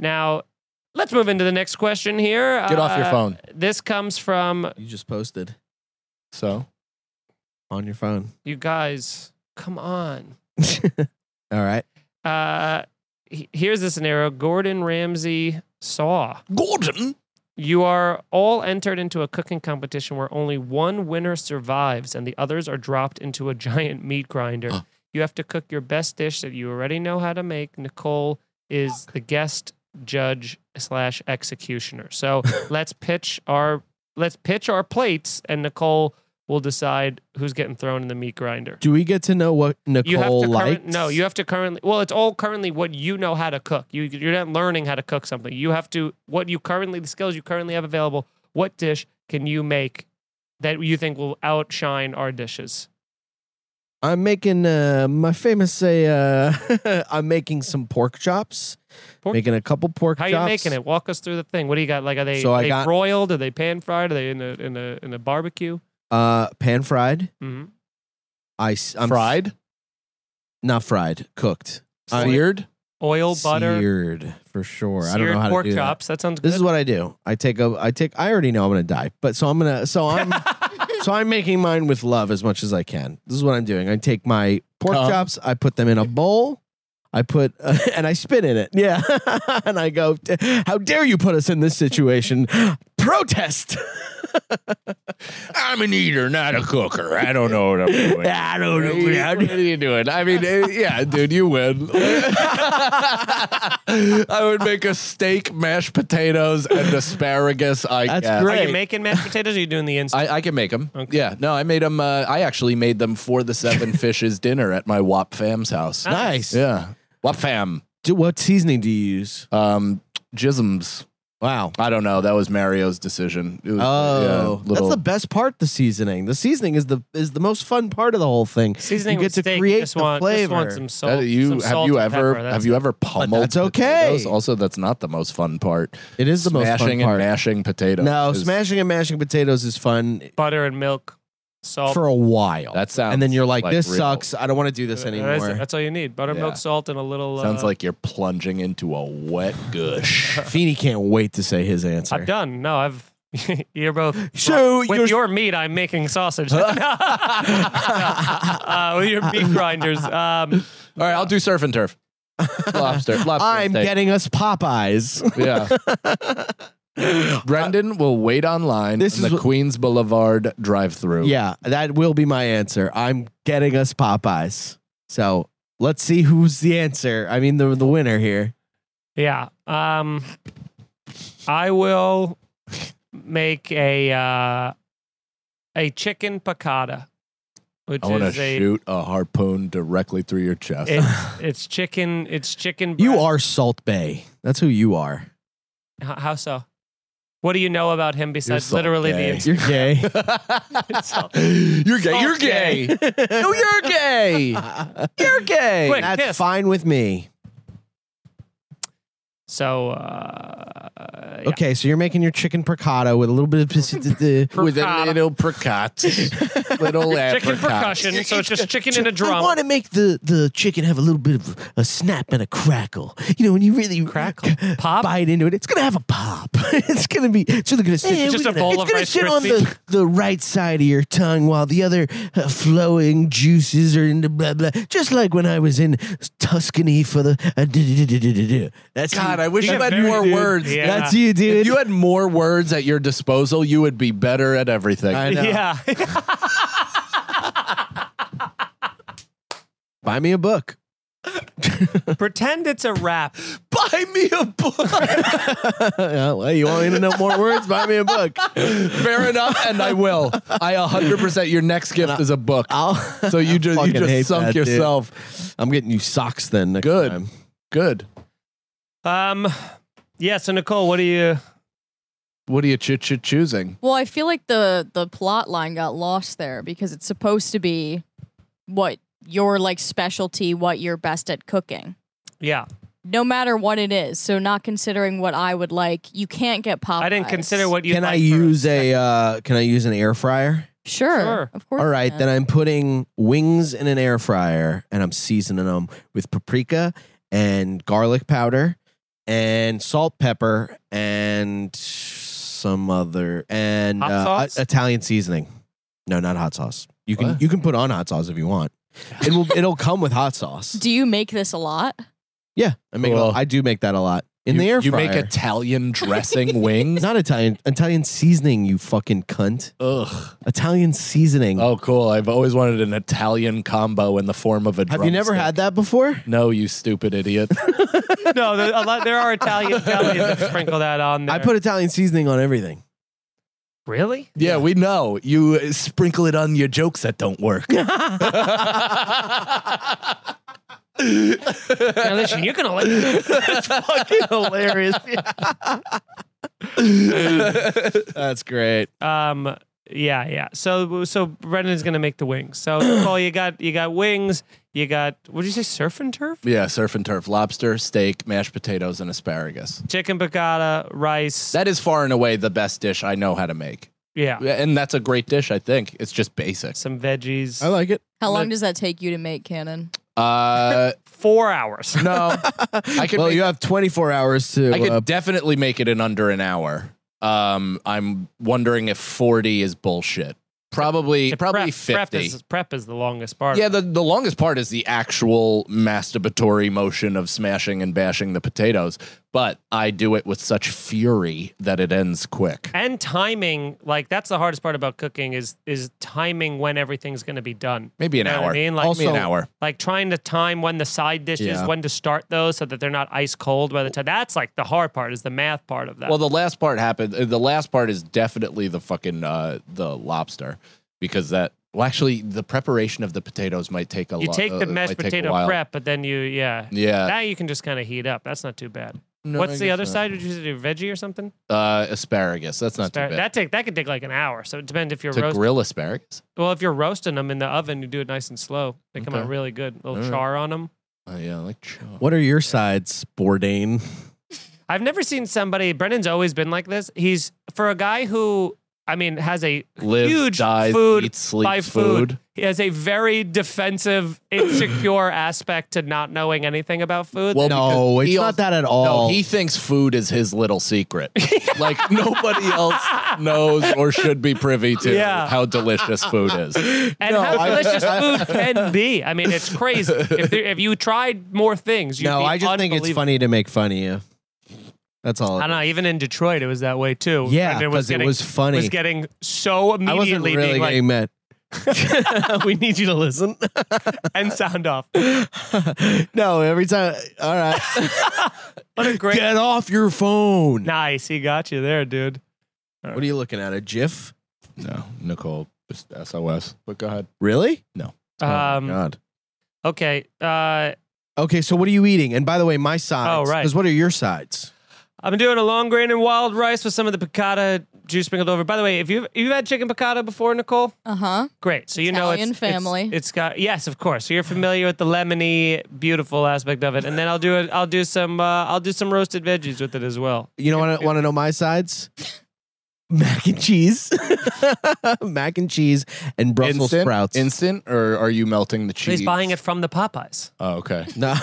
[SPEAKER 2] Now, let's move into the next question here. Uh,
[SPEAKER 4] Get off your phone.
[SPEAKER 2] This comes from
[SPEAKER 3] You just posted
[SPEAKER 4] So
[SPEAKER 3] on your phone.
[SPEAKER 2] you guys. Come on.
[SPEAKER 3] All right.
[SPEAKER 2] Uh, he- here's the scenario: Gordon Ramsay saw.
[SPEAKER 4] Gordon.
[SPEAKER 2] You are all entered into a cooking competition where only one winner survives and the others are dropped into a giant meat grinder. You have to cook your best dish that you already know how to make. Nicole is the guest judge slash executioner. So let's pitch our let's pitch our plates and Nicole will decide who's getting thrown in the meat grinder.
[SPEAKER 3] Do we get to know what
[SPEAKER 2] You have
[SPEAKER 3] Nicole
[SPEAKER 2] to
[SPEAKER 3] likes?
[SPEAKER 2] current, no, you have to currently well, it's all currently what you know how to cook. You you're not learning how to cook something. You have to what you currently the skills you currently have available, what dish can you make that you think will outshine our dishes?
[SPEAKER 3] I'm making uh, my famous. Uh, uh, I'm making some pork chops.
[SPEAKER 2] Pork
[SPEAKER 3] making a couple pork
[SPEAKER 2] How
[SPEAKER 3] chops.
[SPEAKER 2] you making it? Walk us through the thing. What do you got? Like are they,
[SPEAKER 3] So I
[SPEAKER 2] they
[SPEAKER 3] got-
[SPEAKER 2] broiled? Are they pan fried? Are they in a in a in a barbecue?
[SPEAKER 3] Uh, pan fried.
[SPEAKER 2] hmm
[SPEAKER 3] I s- I'm
[SPEAKER 4] fried,
[SPEAKER 3] not fried, cooked,
[SPEAKER 4] seared.
[SPEAKER 2] Oil, butter,
[SPEAKER 3] seared for sure. I don't
[SPEAKER 2] seared
[SPEAKER 3] know how
[SPEAKER 2] pork
[SPEAKER 3] to do that.
[SPEAKER 2] chops. That, sounds good.
[SPEAKER 3] This is what I do. I take a. I take. I already know I'm gonna die, but so I'm gonna. So I'm. so I'm making mine with love as much as I can. This is what I'm doing. I take my pork
[SPEAKER 4] Cup.
[SPEAKER 3] chops. I put them in a bowl. I put and I spit in it. Yeah, and I go. How dare you put us in this situation? Protest.
[SPEAKER 4] I'm an eater, not a cooker. I don't know what I'm doing.
[SPEAKER 3] I don't know.
[SPEAKER 4] What are you- what are you doing? I mean, eh, yeah, dude, you win. I would make a steak, mashed potatoes, and asparagus. I
[SPEAKER 3] That's
[SPEAKER 4] guess.
[SPEAKER 3] great.
[SPEAKER 2] are you making mashed potatoes or are you doing the instant?
[SPEAKER 4] I, I can make them. Yeah, no, I made them. Uh, I actually made them for the Seven Fishes dinner at my Wop Fam's house.
[SPEAKER 3] Nice.
[SPEAKER 4] Yeah, Wop Fam,
[SPEAKER 3] Do, what seasoning do you use?
[SPEAKER 4] um, Jisms.
[SPEAKER 3] Wow.
[SPEAKER 4] I don't know. That was Mario's decision. It was,
[SPEAKER 3] Oh,
[SPEAKER 4] yeah,
[SPEAKER 3] that's
[SPEAKER 4] little-
[SPEAKER 3] the best part. The seasoning. The seasoning is the is the most fun part of the whole thing.
[SPEAKER 2] Seasoning
[SPEAKER 3] you get
[SPEAKER 2] with
[SPEAKER 3] to
[SPEAKER 2] steak,
[SPEAKER 3] create
[SPEAKER 2] just
[SPEAKER 3] the
[SPEAKER 2] want, Just
[SPEAKER 3] flavor.
[SPEAKER 2] want some salt.
[SPEAKER 4] That Uh, you-
[SPEAKER 2] some
[SPEAKER 4] have
[SPEAKER 2] salt
[SPEAKER 4] you
[SPEAKER 2] and
[SPEAKER 4] ever
[SPEAKER 2] pepper,
[SPEAKER 4] have
[SPEAKER 2] that's-
[SPEAKER 4] you ever pummeled?
[SPEAKER 3] that's okay.
[SPEAKER 4] potatoes? Also, that's not the most fun part.
[SPEAKER 3] It is the most fun
[SPEAKER 4] smashing
[SPEAKER 3] part.
[SPEAKER 4] and mashing potatoes.
[SPEAKER 3] no,
[SPEAKER 4] is-
[SPEAKER 3] smashing and mashing potatoes is fun
[SPEAKER 2] butter and milk, salt
[SPEAKER 3] for a while.
[SPEAKER 4] Oh. That sounds
[SPEAKER 3] and then you're like,
[SPEAKER 4] like
[SPEAKER 3] this
[SPEAKER 4] Riddle.
[SPEAKER 3] sucks. I don't want to do this
[SPEAKER 2] That is-
[SPEAKER 3] anymore.
[SPEAKER 2] That's all you need: butter,
[SPEAKER 4] Yeah.
[SPEAKER 2] milk, salt, and a little.
[SPEAKER 4] Sounds
[SPEAKER 2] uh,
[SPEAKER 4] like you're plunging into a wet gush.
[SPEAKER 3] Feeney can't wait to say his answer.
[SPEAKER 2] I'm done. No, I've. you're both.
[SPEAKER 3] So
[SPEAKER 2] with
[SPEAKER 3] you're-
[SPEAKER 2] your meat, I'm making sausage. No. Uh, with your meat grinders. Um,
[SPEAKER 4] All right, I'll do surf and turf. Lobster. lobster
[SPEAKER 3] I'm
[SPEAKER 4] steak.
[SPEAKER 3] getting us Popeyes.
[SPEAKER 4] Yeah. Brendan will wait online
[SPEAKER 3] This
[SPEAKER 4] this in
[SPEAKER 3] is
[SPEAKER 4] the
[SPEAKER 3] wh-
[SPEAKER 4] Queens Boulevard drive-through.
[SPEAKER 3] yeah, that will be my answer. I'm getting us Popeyes. So let's see who's the answer. I mean, the the winner here.
[SPEAKER 2] yeah. Um, I will make a uh, a chicken piccata, which
[SPEAKER 4] I want to
[SPEAKER 2] is a
[SPEAKER 4] shoot a harpoon directly through your chest.
[SPEAKER 2] it, it's chicken. It's chicken.
[SPEAKER 3] You
[SPEAKER 2] breast.
[SPEAKER 3] are Salt Bay. That's who you are.
[SPEAKER 2] H- How so? What do you know about him besides
[SPEAKER 4] so
[SPEAKER 2] literally
[SPEAKER 4] gay.
[SPEAKER 2] the?
[SPEAKER 3] You're gay.
[SPEAKER 4] you're gay. You're
[SPEAKER 2] gay.
[SPEAKER 4] gay. no, you're gay. You're gay.
[SPEAKER 2] Quick,
[SPEAKER 3] That's
[SPEAKER 2] kiss.
[SPEAKER 3] fine with me.
[SPEAKER 2] So. Uh, yeah.
[SPEAKER 3] Okay, so you're making your chicken piccata with a little bit of pis- d- d-
[SPEAKER 4] With a
[SPEAKER 2] Percata.
[SPEAKER 4] little percat. little
[SPEAKER 2] Chicken
[SPEAKER 4] apricot.
[SPEAKER 2] percussion, so it's just chicken in a drum.
[SPEAKER 3] I want to make the the chicken have a little bit of a snap and a crackle. You know, when you really
[SPEAKER 2] Crackle?
[SPEAKER 3] c-
[SPEAKER 2] Pop?
[SPEAKER 3] bite into it, it's gonna have a pop. it's gonna be it's really gonna sit.
[SPEAKER 2] It's just
[SPEAKER 3] we're
[SPEAKER 2] a
[SPEAKER 3] gonna-
[SPEAKER 2] bowl
[SPEAKER 3] it's
[SPEAKER 2] of
[SPEAKER 3] gonna
[SPEAKER 2] Rice
[SPEAKER 3] sit on the,
[SPEAKER 2] Krispies.
[SPEAKER 3] the right side of your tongue while the other uh, flowing juices are in the blah blah. Just like when I was in Tuscany for the. Uh, d- d- d- d- d- d- That's
[SPEAKER 4] God,
[SPEAKER 3] you.
[SPEAKER 4] I wish
[SPEAKER 2] You
[SPEAKER 4] you
[SPEAKER 2] get
[SPEAKER 4] had
[SPEAKER 2] very
[SPEAKER 4] more
[SPEAKER 2] dude.
[SPEAKER 4] words.
[SPEAKER 2] Yeah.
[SPEAKER 3] That's you, dude.
[SPEAKER 4] If you had more words at your disposal, you would be better at everything.
[SPEAKER 3] I know.
[SPEAKER 2] Yeah.
[SPEAKER 3] Buy me a book.
[SPEAKER 2] Pretend it's a rap.
[SPEAKER 4] Buy me a book.
[SPEAKER 3] Uh, well, you want me to know more words? Buy me a book.
[SPEAKER 4] Fair enough, and I will. I 100%. Your next gift is a book.
[SPEAKER 3] I'll.
[SPEAKER 4] so you
[SPEAKER 3] I
[SPEAKER 4] just, you
[SPEAKER 3] fucking hate
[SPEAKER 4] just sunk
[SPEAKER 3] that, dude.
[SPEAKER 4] yourself.
[SPEAKER 3] I'm getting you socks then. Next
[SPEAKER 4] Good.
[SPEAKER 3] time.
[SPEAKER 4] Good.
[SPEAKER 2] Um, yeah. So Nicole, what do you?
[SPEAKER 4] What are you ch- ch- choosing?
[SPEAKER 5] Well, I feel like the the plot line got lost there because it's supposed to be what your like specialty, what you're best at cooking.
[SPEAKER 2] Yeah,
[SPEAKER 5] No matter what it is, so not considering what I would like, you can't get Popeyes.
[SPEAKER 2] I didn't consider what you.
[SPEAKER 3] can I use a uh, can I use an air fryer?
[SPEAKER 5] Sure,
[SPEAKER 2] Sure.
[SPEAKER 5] of course.
[SPEAKER 3] All right, then I'm putting wings in an air fryer and I'm seasoning them with paprika and garlic powder and salt, pepper, and some other and
[SPEAKER 2] Hot
[SPEAKER 3] uh,
[SPEAKER 2] sauce?
[SPEAKER 3] I- Italian seasoning. No, not hot sauce. You can
[SPEAKER 4] What?
[SPEAKER 3] you can put on hot sauce if you want. It will it'll come with hot sauce.
[SPEAKER 5] Do you make this a lot?
[SPEAKER 3] Yeah, I make it a-
[SPEAKER 4] Well,
[SPEAKER 3] I do make that a lot in
[SPEAKER 4] you,
[SPEAKER 3] the air
[SPEAKER 4] You
[SPEAKER 3] fryer.
[SPEAKER 4] make Italian dressing wings?
[SPEAKER 3] not Italian Italian seasoning. You fucking cunt.
[SPEAKER 4] Ugh.
[SPEAKER 3] Italian seasoning.
[SPEAKER 4] Oh, cool. I've always wanted an Italian combo in the form of a
[SPEAKER 3] Have you never
[SPEAKER 4] drumstick.
[SPEAKER 3] had that before?
[SPEAKER 4] No, you stupid idiot.
[SPEAKER 2] No, there, a lot, there are Italian delis that sprinkle that on there.
[SPEAKER 3] I put Italian seasoning on everything.
[SPEAKER 2] really.
[SPEAKER 4] yeah, we know. You uh, sprinkle it on your jokes that don't work.
[SPEAKER 2] Now listen, you're gonna like. That's fucking hilarious.
[SPEAKER 3] That's great.
[SPEAKER 2] Um. Yeah, yeah. So, so Brendan's gonna make the wings. So, Nicole, you got you got wings. You got what did you say? Surf and turf,
[SPEAKER 4] yeah, surf and turf, lobster, steak, mashed potatoes, and asparagus.
[SPEAKER 2] chicken piccata, rice.
[SPEAKER 4] That is far and away the best dish I know how to make.
[SPEAKER 2] yeah,
[SPEAKER 4] And that's a great dish, I think. It's just basic.
[SPEAKER 2] some veggies.
[SPEAKER 3] I like it.
[SPEAKER 5] How long
[SPEAKER 2] No.
[SPEAKER 5] does that take you to make, Cannon?
[SPEAKER 4] Uh,
[SPEAKER 2] Four hours.
[SPEAKER 4] no, I could
[SPEAKER 3] well,
[SPEAKER 4] make-
[SPEAKER 3] you have 24 hours to.
[SPEAKER 4] I could
[SPEAKER 3] uh,
[SPEAKER 4] definitely make it in under an hour. Um, I'm wondering if 40 is bullshit. Probably,
[SPEAKER 2] The
[SPEAKER 4] probably
[SPEAKER 2] prep, Prep
[SPEAKER 4] 50.
[SPEAKER 2] is, prep is the longest part.
[SPEAKER 4] Yeah, the, the longest part is the actual masturbatory motion of smashing and bashing the potatoes, but I do it with such fury that it ends quick.
[SPEAKER 2] and timing like that's the hardest part about cooking is is timing when everything's going to be done
[SPEAKER 4] Maybe an
[SPEAKER 2] You know what
[SPEAKER 4] hour.
[SPEAKER 2] i mean like
[SPEAKER 4] Also, Maybe an hour.
[SPEAKER 2] like trying to time when the side dishes
[SPEAKER 3] Yeah.
[SPEAKER 2] when to start those so that they're not ice cold by the time that's like the hard part is the math part of that
[SPEAKER 4] Well, the last part happened. uh, The last part is definitely the fucking uh, the lobster because that. Well, actually, the preparation of the potatoes might take a.
[SPEAKER 2] you
[SPEAKER 4] lo-
[SPEAKER 2] take
[SPEAKER 4] uh,
[SPEAKER 2] the mashed
[SPEAKER 4] might take a
[SPEAKER 2] potato
[SPEAKER 4] while.
[SPEAKER 2] prep but then you yeah
[SPEAKER 4] Yeah.
[SPEAKER 2] now you can just kind of heat up that's not too bad
[SPEAKER 4] No, I
[SPEAKER 2] What's the
[SPEAKER 4] guess
[SPEAKER 2] other
[SPEAKER 4] not.
[SPEAKER 2] side? Would you do veggie or something?
[SPEAKER 4] Uh, asparagus. That's not
[SPEAKER 2] Spar-
[SPEAKER 4] too bad.
[SPEAKER 2] that take that could take like an hour. So it depends if you're
[SPEAKER 4] to
[SPEAKER 2] roasting.
[SPEAKER 4] grill asparagus.
[SPEAKER 2] Well, if you're roasting them in the oven, you do it nice and slow. They come out
[SPEAKER 4] Okay.
[SPEAKER 2] really good. Little
[SPEAKER 4] All right.
[SPEAKER 2] char on them.
[SPEAKER 4] Oh, yeah, I like char.
[SPEAKER 3] What are your sides, Bourdain?
[SPEAKER 2] I've never seen somebody. Brennan's always been like this. He's for a guy who I mean has a
[SPEAKER 4] Lives,
[SPEAKER 2] huge
[SPEAKER 4] dies,
[SPEAKER 2] food
[SPEAKER 4] eats, sleeps
[SPEAKER 2] by food.
[SPEAKER 4] food.
[SPEAKER 2] He has a very defensive, insecure aspect to not knowing anything about food.
[SPEAKER 4] Well,
[SPEAKER 3] No,
[SPEAKER 4] because
[SPEAKER 3] it's
[SPEAKER 4] he
[SPEAKER 3] not
[SPEAKER 4] also-
[SPEAKER 3] that at
[SPEAKER 4] No,
[SPEAKER 3] all.
[SPEAKER 4] he thinks food is his little secret. like nobody else knows or should be privy to
[SPEAKER 2] Yeah.
[SPEAKER 4] how delicious food is.
[SPEAKER 2] and how delicious food can be. I mean, it's crazy. If, there, if you tried more things, you'd
[SPEAKER 3] no,
[SPEAKER 2] be
[SPEAKER 3] I just think it's
[SPEAKER 2] unbelievable.
[SPEAKER 3] funny to make fun of you. That's all.
[SPEAKER 2] I don't know. Even in Detroit, it was that way too.
[SPEAKER 3] Yeah,
[SPEAKER 2] Brendan
[SPEAKER 3] 'cause it was funny.
[SPEAKER 2] Was getting so
[SPEAKER 3] I wasn't
[SPEAKER 2] immediately
[SPEAKER 3] really
[SPEAKER 2] being like,
[SPEAKER 3] getting mad.
[SPEAKER 2] "We need you to listen and sound off."
[SPEAKER 3] No, every time. All right,
[SPEAKER 2] What a great,
[SPEAKER 3] get off your phone.
[SPEAKER 2] nice. He got you there, dude.
[SPEAKER 3] What are you looking at? A GIF?
[SPEAKER 4] No, Nicole, just SOS. But go ahead.
[SPEAKER 3] Really? Oh
[SPEAKER 2] Um,
[SPEAKER 3] God.
[SPEAKER 2] okay. Uh,
[SPEAKER 3] Okay, so what are you eating? And by the way, my sides.
[SPEAKER 2] Oh, right.
[SPEAKER 3] Because what are your sides?
[SPEAKER 2] I've been doing a long grain and wild rice with some of the piccata juice sprinkled over. By the way, if you've you've had chicken piccata before, Nicole,
[SPEAKER 5] Uh huh.
[SPEAKER 2] great. So you know it's
[SPEAKER 5] Italian
[SPEAKER 2] it's-
[SPEAKER 5] family.
[SPEAKER 2] it's got yes, of course. So you're familiar with the lemony, beautiful aspect of it. And then I'll do it. I'll do some. Uh, I'll do some roasted veggies with it as well.
[SPEAKER 3] You know want to want to know my sides? Mac and cheese, mac and cheese, and Brussels
[SPEAKER 4] instant,
[SPEAKER 3] sprouts.
[SPEAKER 4] Instant, or are you melting the cheese?
[SPEAKER 2] He's buying it from the Popeyes.
[SPEAKER 4] Oh, okay.
[SPEAKER 3] no,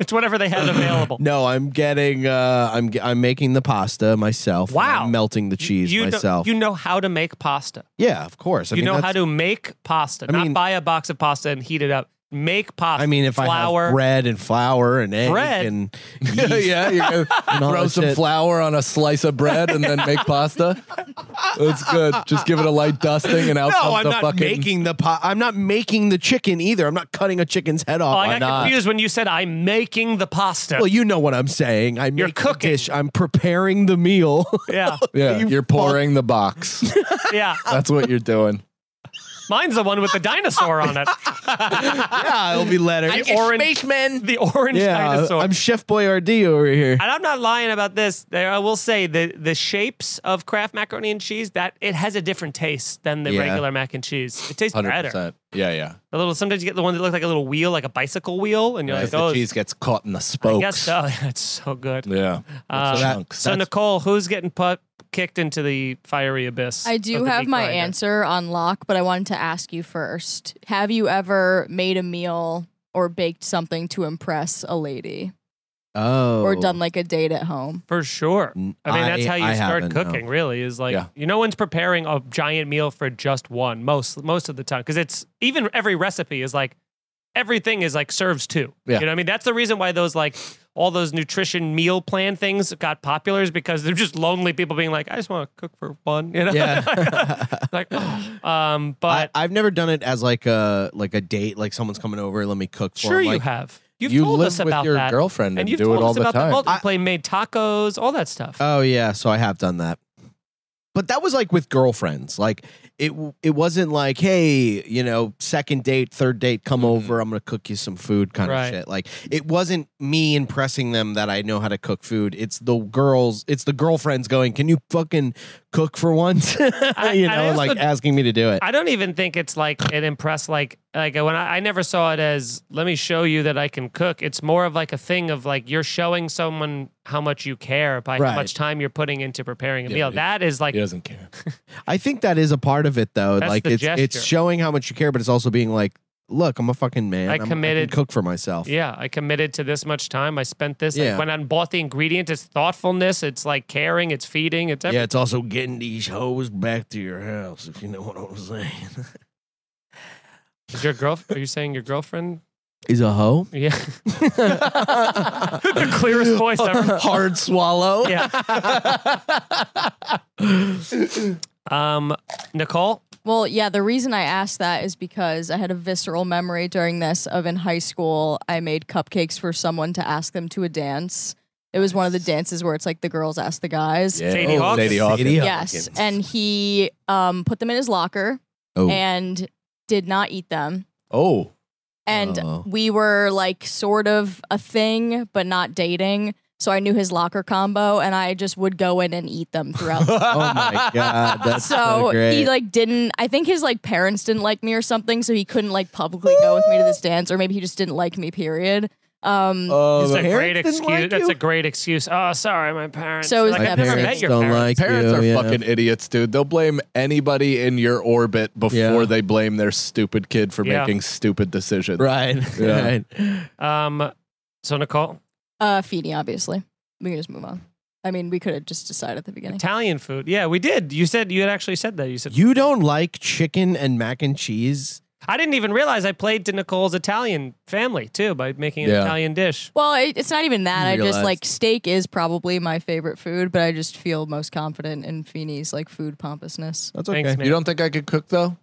[SPEAKER 2] It's whatever they had available.
[SPEAKER 3] no, I'm getting. Uh, I'm ge- I'm making the pasta myself. and
[SPEAKER 2] Wow.
[SPEAKER 3] I'm melting the cheese
[SPEAKER 2] you
[SPEAKER 3] myself.
[SPEAKER 2] Know, you know how to make pasta.
[SPEAKER 3] yeah, of course. I
[SPEAKER 2] you
[SPEAKER 3] mean,
[SPEAKER 2] know how
[SPEAKER 3] that's-
[SPEAKER 2] to make pasta. Not
[SPEAKER 3] mean-
[SPEAKER 2] buy a box of pasta and heat it up. Make pasta.
[SPEAKER 3] I mean, if I
[SPEAKER 2] flour.
[SPEAKER 3] have bread and flour and egg
[SPEAKER 2] Bread?
[SPEAKER 3] and
[SPEAKER 4] yeah, you
[SPEAKER 3] and all
[SPEAKER 4] throw
[SPEAKER 3] that
[SPEAKER 4] some
[SPEAKER 3] Oh, shit.
[SPEAKER 4] flour on a slice of bread and then make pasta. That's good. Just give it a light dusting and out
[SPEAKER 3] No,
[SPEAKER 4] comes
[SPEAKER 3] I'm
[SPEAKER 4] the
[SPEAKER 3] not
[SPEAKER 4] fucking.
[SPEAKER 3] making the pot. I'm not making the chicken either. I'm not cutting a chicken's head off.
[SPEAKER 2] oh, I got
[SPEAKER 3] not?
[SPEAKER 2] confused when you said I'm making the pasta.
[SPEAKER 3] Well, you know what I'm saying. I
[SPEAKER 2] You're
[SPEAKER 3] make
[SPEAKER 2] cooking.
[SPEAKER 3] the dish. I'm preparing the meal.
[SPEAKER 2] yeah,
[SPEAKER 4] yeah,
[SPEAKER 3] You
[SPEAKER 4] you're pouring the box.
[SPEAKER 2] yeah.
[SPEAKER 4] That's what you're doing.
[SPEAKER 2] Mine's the one with the dinosaur on it.
[SPEAKER 3] yeah, it'll be later.
[SPEAKER 2] The orange The orange
[SPEAKER 3] Yeah,
[SPEAKER 2] dinosaur.
[SPEAKER 3] I'm Chef Boyardee over here.
[SPEAKER 2] and I'm not lying about this. There, I will say the the shapes of Kraft macaroni and cheese that it has a different taste than the
[SPEAKER 3] Yeah.
[SPEAKER 2] regular mac and cheese. It tastes better.
[SPEAKER 4] 100%. Yeah, yeah.
[SPEAKER 2] The little sometimes you get the one that looks like a little wheel, like a bicycle wheel, and you're
[SPEAKER 4] If
[SPEAKER 2] like, oh,
[SPEAKER 4] the cheese gets caught in the
[SPEAKER 2] I
[SPEAKER 4] spokes.
[SPEAKER 2] guess so. That's so good.
[SPEAKER 4] Yeah.
[SPEAKER 2] Uh,
[SPEAKER 4] It's
[SPEAKER 3] that-
[SPEAKER 4] chunks.
[SPEAKER 2] So Nicole, who's getting put kicked into the fiery abyss?
[SPEAKER 5] I
[SPEAKER 2] of
[SPEAKER 5] do
[SPEAKER 2] the
[SPEAKER 5] have
[SPEAKER 2] meat
[SPEAKER 5] my
[SPEAKER 2] grinder?
[SPEAKER 5] answer on lock, but I wanted to ask you first. Have you ever made a meal or baked something to impress a lady
[SPEAKER 3] Oh,
[SPEAKER 5] or done like a date at home?
[SPEAKER 2] for sure. I mean, that's
[SPEAKER 3] I-
[SPEAKER 2] how you
[SPEAKER 3] I
[SPEAKER 2] start
[SPEAKER 3] haven't, no.
[SPEAKER 2] cooking. Really, is like
[SPEAKER 4] Yeah.
[SPEAKER 2] you. No one's preparing a giant meal for just one most most of the time because it's even every recipe is like everything is like serves two.
[SPEAKER 4] Yeah.
[SPEAKER 2] You know, what I mean, that's the reason why those like all those nutrition meal plan things got popular is because they're just lonely people being like, I just want to cook for one. You know,
[SPEAKER 3] Yeah.
[SPEAKER 2] like, oh. um,
[SPEAKER 3] I,
[SPEAKER 2] but
[SPEAKER 3] I've never done it as like a like a date. Like someone's coming over, let me cook. For
[SPEAKER 2] Sure,
[SPEAKER 3] 'em,
[SPEAKER 2] you
[SPEAKER 3] like,
[SPEAKER 2] have. You've
[SPEAKER 4] you
[SPEAKER 2] told
[SPEAKER 4] live
[SPEAKER 2] us
[SPEAKER 4] with
[SPEAKER 2] about
[SPEAKER 4] your
[SPEAKER 2] that.
[SPEAKER 4] girlfriend and,
[SPEAKER 2] you've
[SPEAKER 4] do
[SPEAKER 2] told
[SPEAKER 4] it all
[SPEAKER 2] us
[SPEAKER 4] the
[SPEAKER 2] about
[SPEAKER 4] time. Uh,
[SPEAKER 2] The multiple
[SPEAKER 3] I-
[SPEAKER 2] play made tacos, all that stuff.
[SPEAKER 3] Oh yeah, so I have done that. But that was like with girlfriends. Like it it wasn't like, hey, you know, second date, third date, come over, I'm going to cook you some food kind
[SPEAKER 2] Mm-hmm. Right.
[SPEAKER 3] of shit. Like it wasn't me impressing them that I know how to cook food. It's the girls, it's the girlfriends going, "Can you fucking cook for once?" you
[SPEAKER 2] I
[SPEAKER 3] know,
[SPEAKER 2] also-
[SPEAKER 3] like asking me to do it.
[SPEAKER 2] I don't even think it's like an impress like like when I, I never saw it as let me show you that I can cook. It's more of like a thing of like you're showing someone how much you care by
[SPEAKER 3] Right.
[SPEAKER 2] how much time you're putting into preparing a meal.
[SPEAKER 4] it-
[SPEAKER 2] that is like
[SPEAKER 4] He doesn't care.
[SPEAKER 3] I think that is a part of it though.
[SPEAKER 2] That's
[SPEAKER 3] like
[SPEAKER 2] the
[SPEAKER 3] it's it's
[SPEAKER 2] gesture.
[SPEAKER 3] showing how much you care, but it's also being like, "Look, I'm a fucking man.
[SPEAKER 2] I
[SPEAKER 3] I'm- can
[SPEAKER 2] committed-
[SPEAKER 3] cook for myself."
[SPEAKER 2] yeah, I committed to this much time. I spent this.
[SPEAKER 3] Yeah.
[SPEAKER 2] I went out and bought the ingredients. It's thoughtfulness. It's like caring. It's feeding. It's everything.
[SPEAKER 3] it's also getting these hoes back to your house, if you know what I'm saying.
[SPEAKER 2] Is your girl? Are you saying your girlfriend?
[SPEAKER 3] Is a hoe?
[SPEAKER 2] Yeah. the clearest voice ever.
[SPEAKER 3] Hard swallow.
[SPEAKER 2] Yeah. um, Nicole.
[SPEAKER 5] Well, yeah, the reason I asked that is because I had a visceral memory during this of in high school, I made cupcakes for someone to ask them to a dance. It was one of the dances where it's like the girls ask the guys.
[SPEAKER 4] Yeah.
[SPEAKER 2] Sadie
[SPEAKER 4] Oh,
[SPEAKER 2] Hawkins.
[SPEAKER 4] Sadie Hawkins.
[SPEAKER 3] Sadie
[SPEAKER 5] Yes.
[SPEAKER 3] Hawkins.
[SPEAKER 5] And he um, put them in his locker
[SPEAKER 3] Oh.
[SPEAKER 5] and did not eat them.
[SPEAKER 4] Oh,
[SPEAKER 5] and we were like sort of a thing, but not dating. So I knew his locker combo, and I just would go in and eat them throughout. the-
[SPEAKER 3] Oh my god, that's so,
[SPEAKER 5] so
[SPEAKER 3] great.
[SPEAKER 5] Oh, he like didn't. I think his like parents didn't like me or something, so he couldn't like publicly go with me to this dance, or maybe he just didn't like me. Period. Um,
[SPEAKER 3] oh,
[SPEAKER 2] It's
[SPEAKER 3] the
[SPEAKER 2] a great
[SPEAKER 3] parents
[SPEAKER 2] excuse.
[SPEAKER 3] didn't like
[SPEAKER 2] that's
[SPEAKER 3] you?
[SPEAKER 2] a great excuse. Oh, sorry, my parents.
[SPEAKER 5] So is
[SPEAKER 2] like,
[SPEAKER 5] that
[SPEAKER 2] I've never
[SPEAKER 5] parents
[SPEAKER 2] met your
[SPEAKER 3] don't
[SPEAKER 2] parents.
[SPEAKER 3] like
[SPEAKER 4] Parents
[SPEAKER 3] you,
[SPEAKER 4] are
[SPEAKER 3] yeah.
[SPEAKER 4] fucking idiots, dude. They'll blame anybody in your orbit before
[SPEAKER 3] Yeah.
[SPEAKER 4] they blame their stupid kid for
[SPEAKER 2] Yeah.
[SPEAKER 4] making stupid decisions.
[SPEAKER 3] right.
[SPEAKER 4] Yeah.
[SPEAKER 3] Right.
[SPEAKER 2] Um, so Nicole,
[SPEAKER 5] uh, Feeny, obviously. We can just move on. I mean, we could have just decided at the beginning.
[SPEAKER 2] Italian food. Yeah, we did. You said you had actually said that. You said
[SPEAKER 3] You don't like chicken and mac and cheese?
[SPEAKER 2] I didn't even realize I played to Nicole's Italian family too by making an
[SPEAKER 4] Yeah.
[SPEAKER 2] Italian dish.
[SPEAKER 5] Well, it, it's not even that.
[SPEAKER 3] You
[SPEAKER 5] I just
[SPEAKER 3] realized.
[SPEAKER 5] like steak is probably my favorite food, but I just feel most confident in Feeney's like food pompousness.
[SPEAKER 3] That's okay.
[SPEAKER 2] Thanks, man.
[SPEAKER 4] You don't think I could cook though?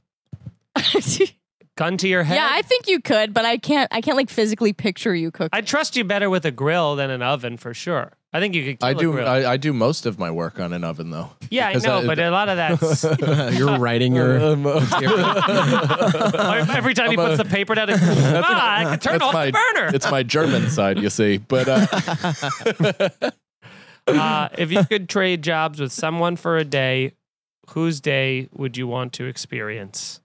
[SPEAKER 2] Gun to your head.
[SPEAKER 5] yeah, I think you could, but I can't. I can't like physically picture you cook.
[SPEAKER 2] I trust you better with a grill than an oven for sure. I think you could. Kill
[SPEAKER 4] I
[SPEAKER 2] A
[SPEAKER 4] do.
[SPEAKER 2] grill.
[SPEAKER 4] I, I do most of my work on an oven though.
[SPEAKER 2] yeah, I
[SPEAKER 4] because
[SPEAKER 2] know,
[SPEAKER 4] I-
[SPEAKER 2] but a lot of that's
[SPEAKER 3] You're writing
[SPEAKER 2] Uh,
[SPEAKER 3] your.
[SPEAKER 2] every time he puts the paper down. It's, ah, I can turn off
[SPEAKER 4] my
[SPEAKER 2] the burner.
[SPEAKER 4] It's my German side, you see. But uh,
[SPEAKER 2] Uh, if you could trade jobs with someone for a day, whose day would you want to experience?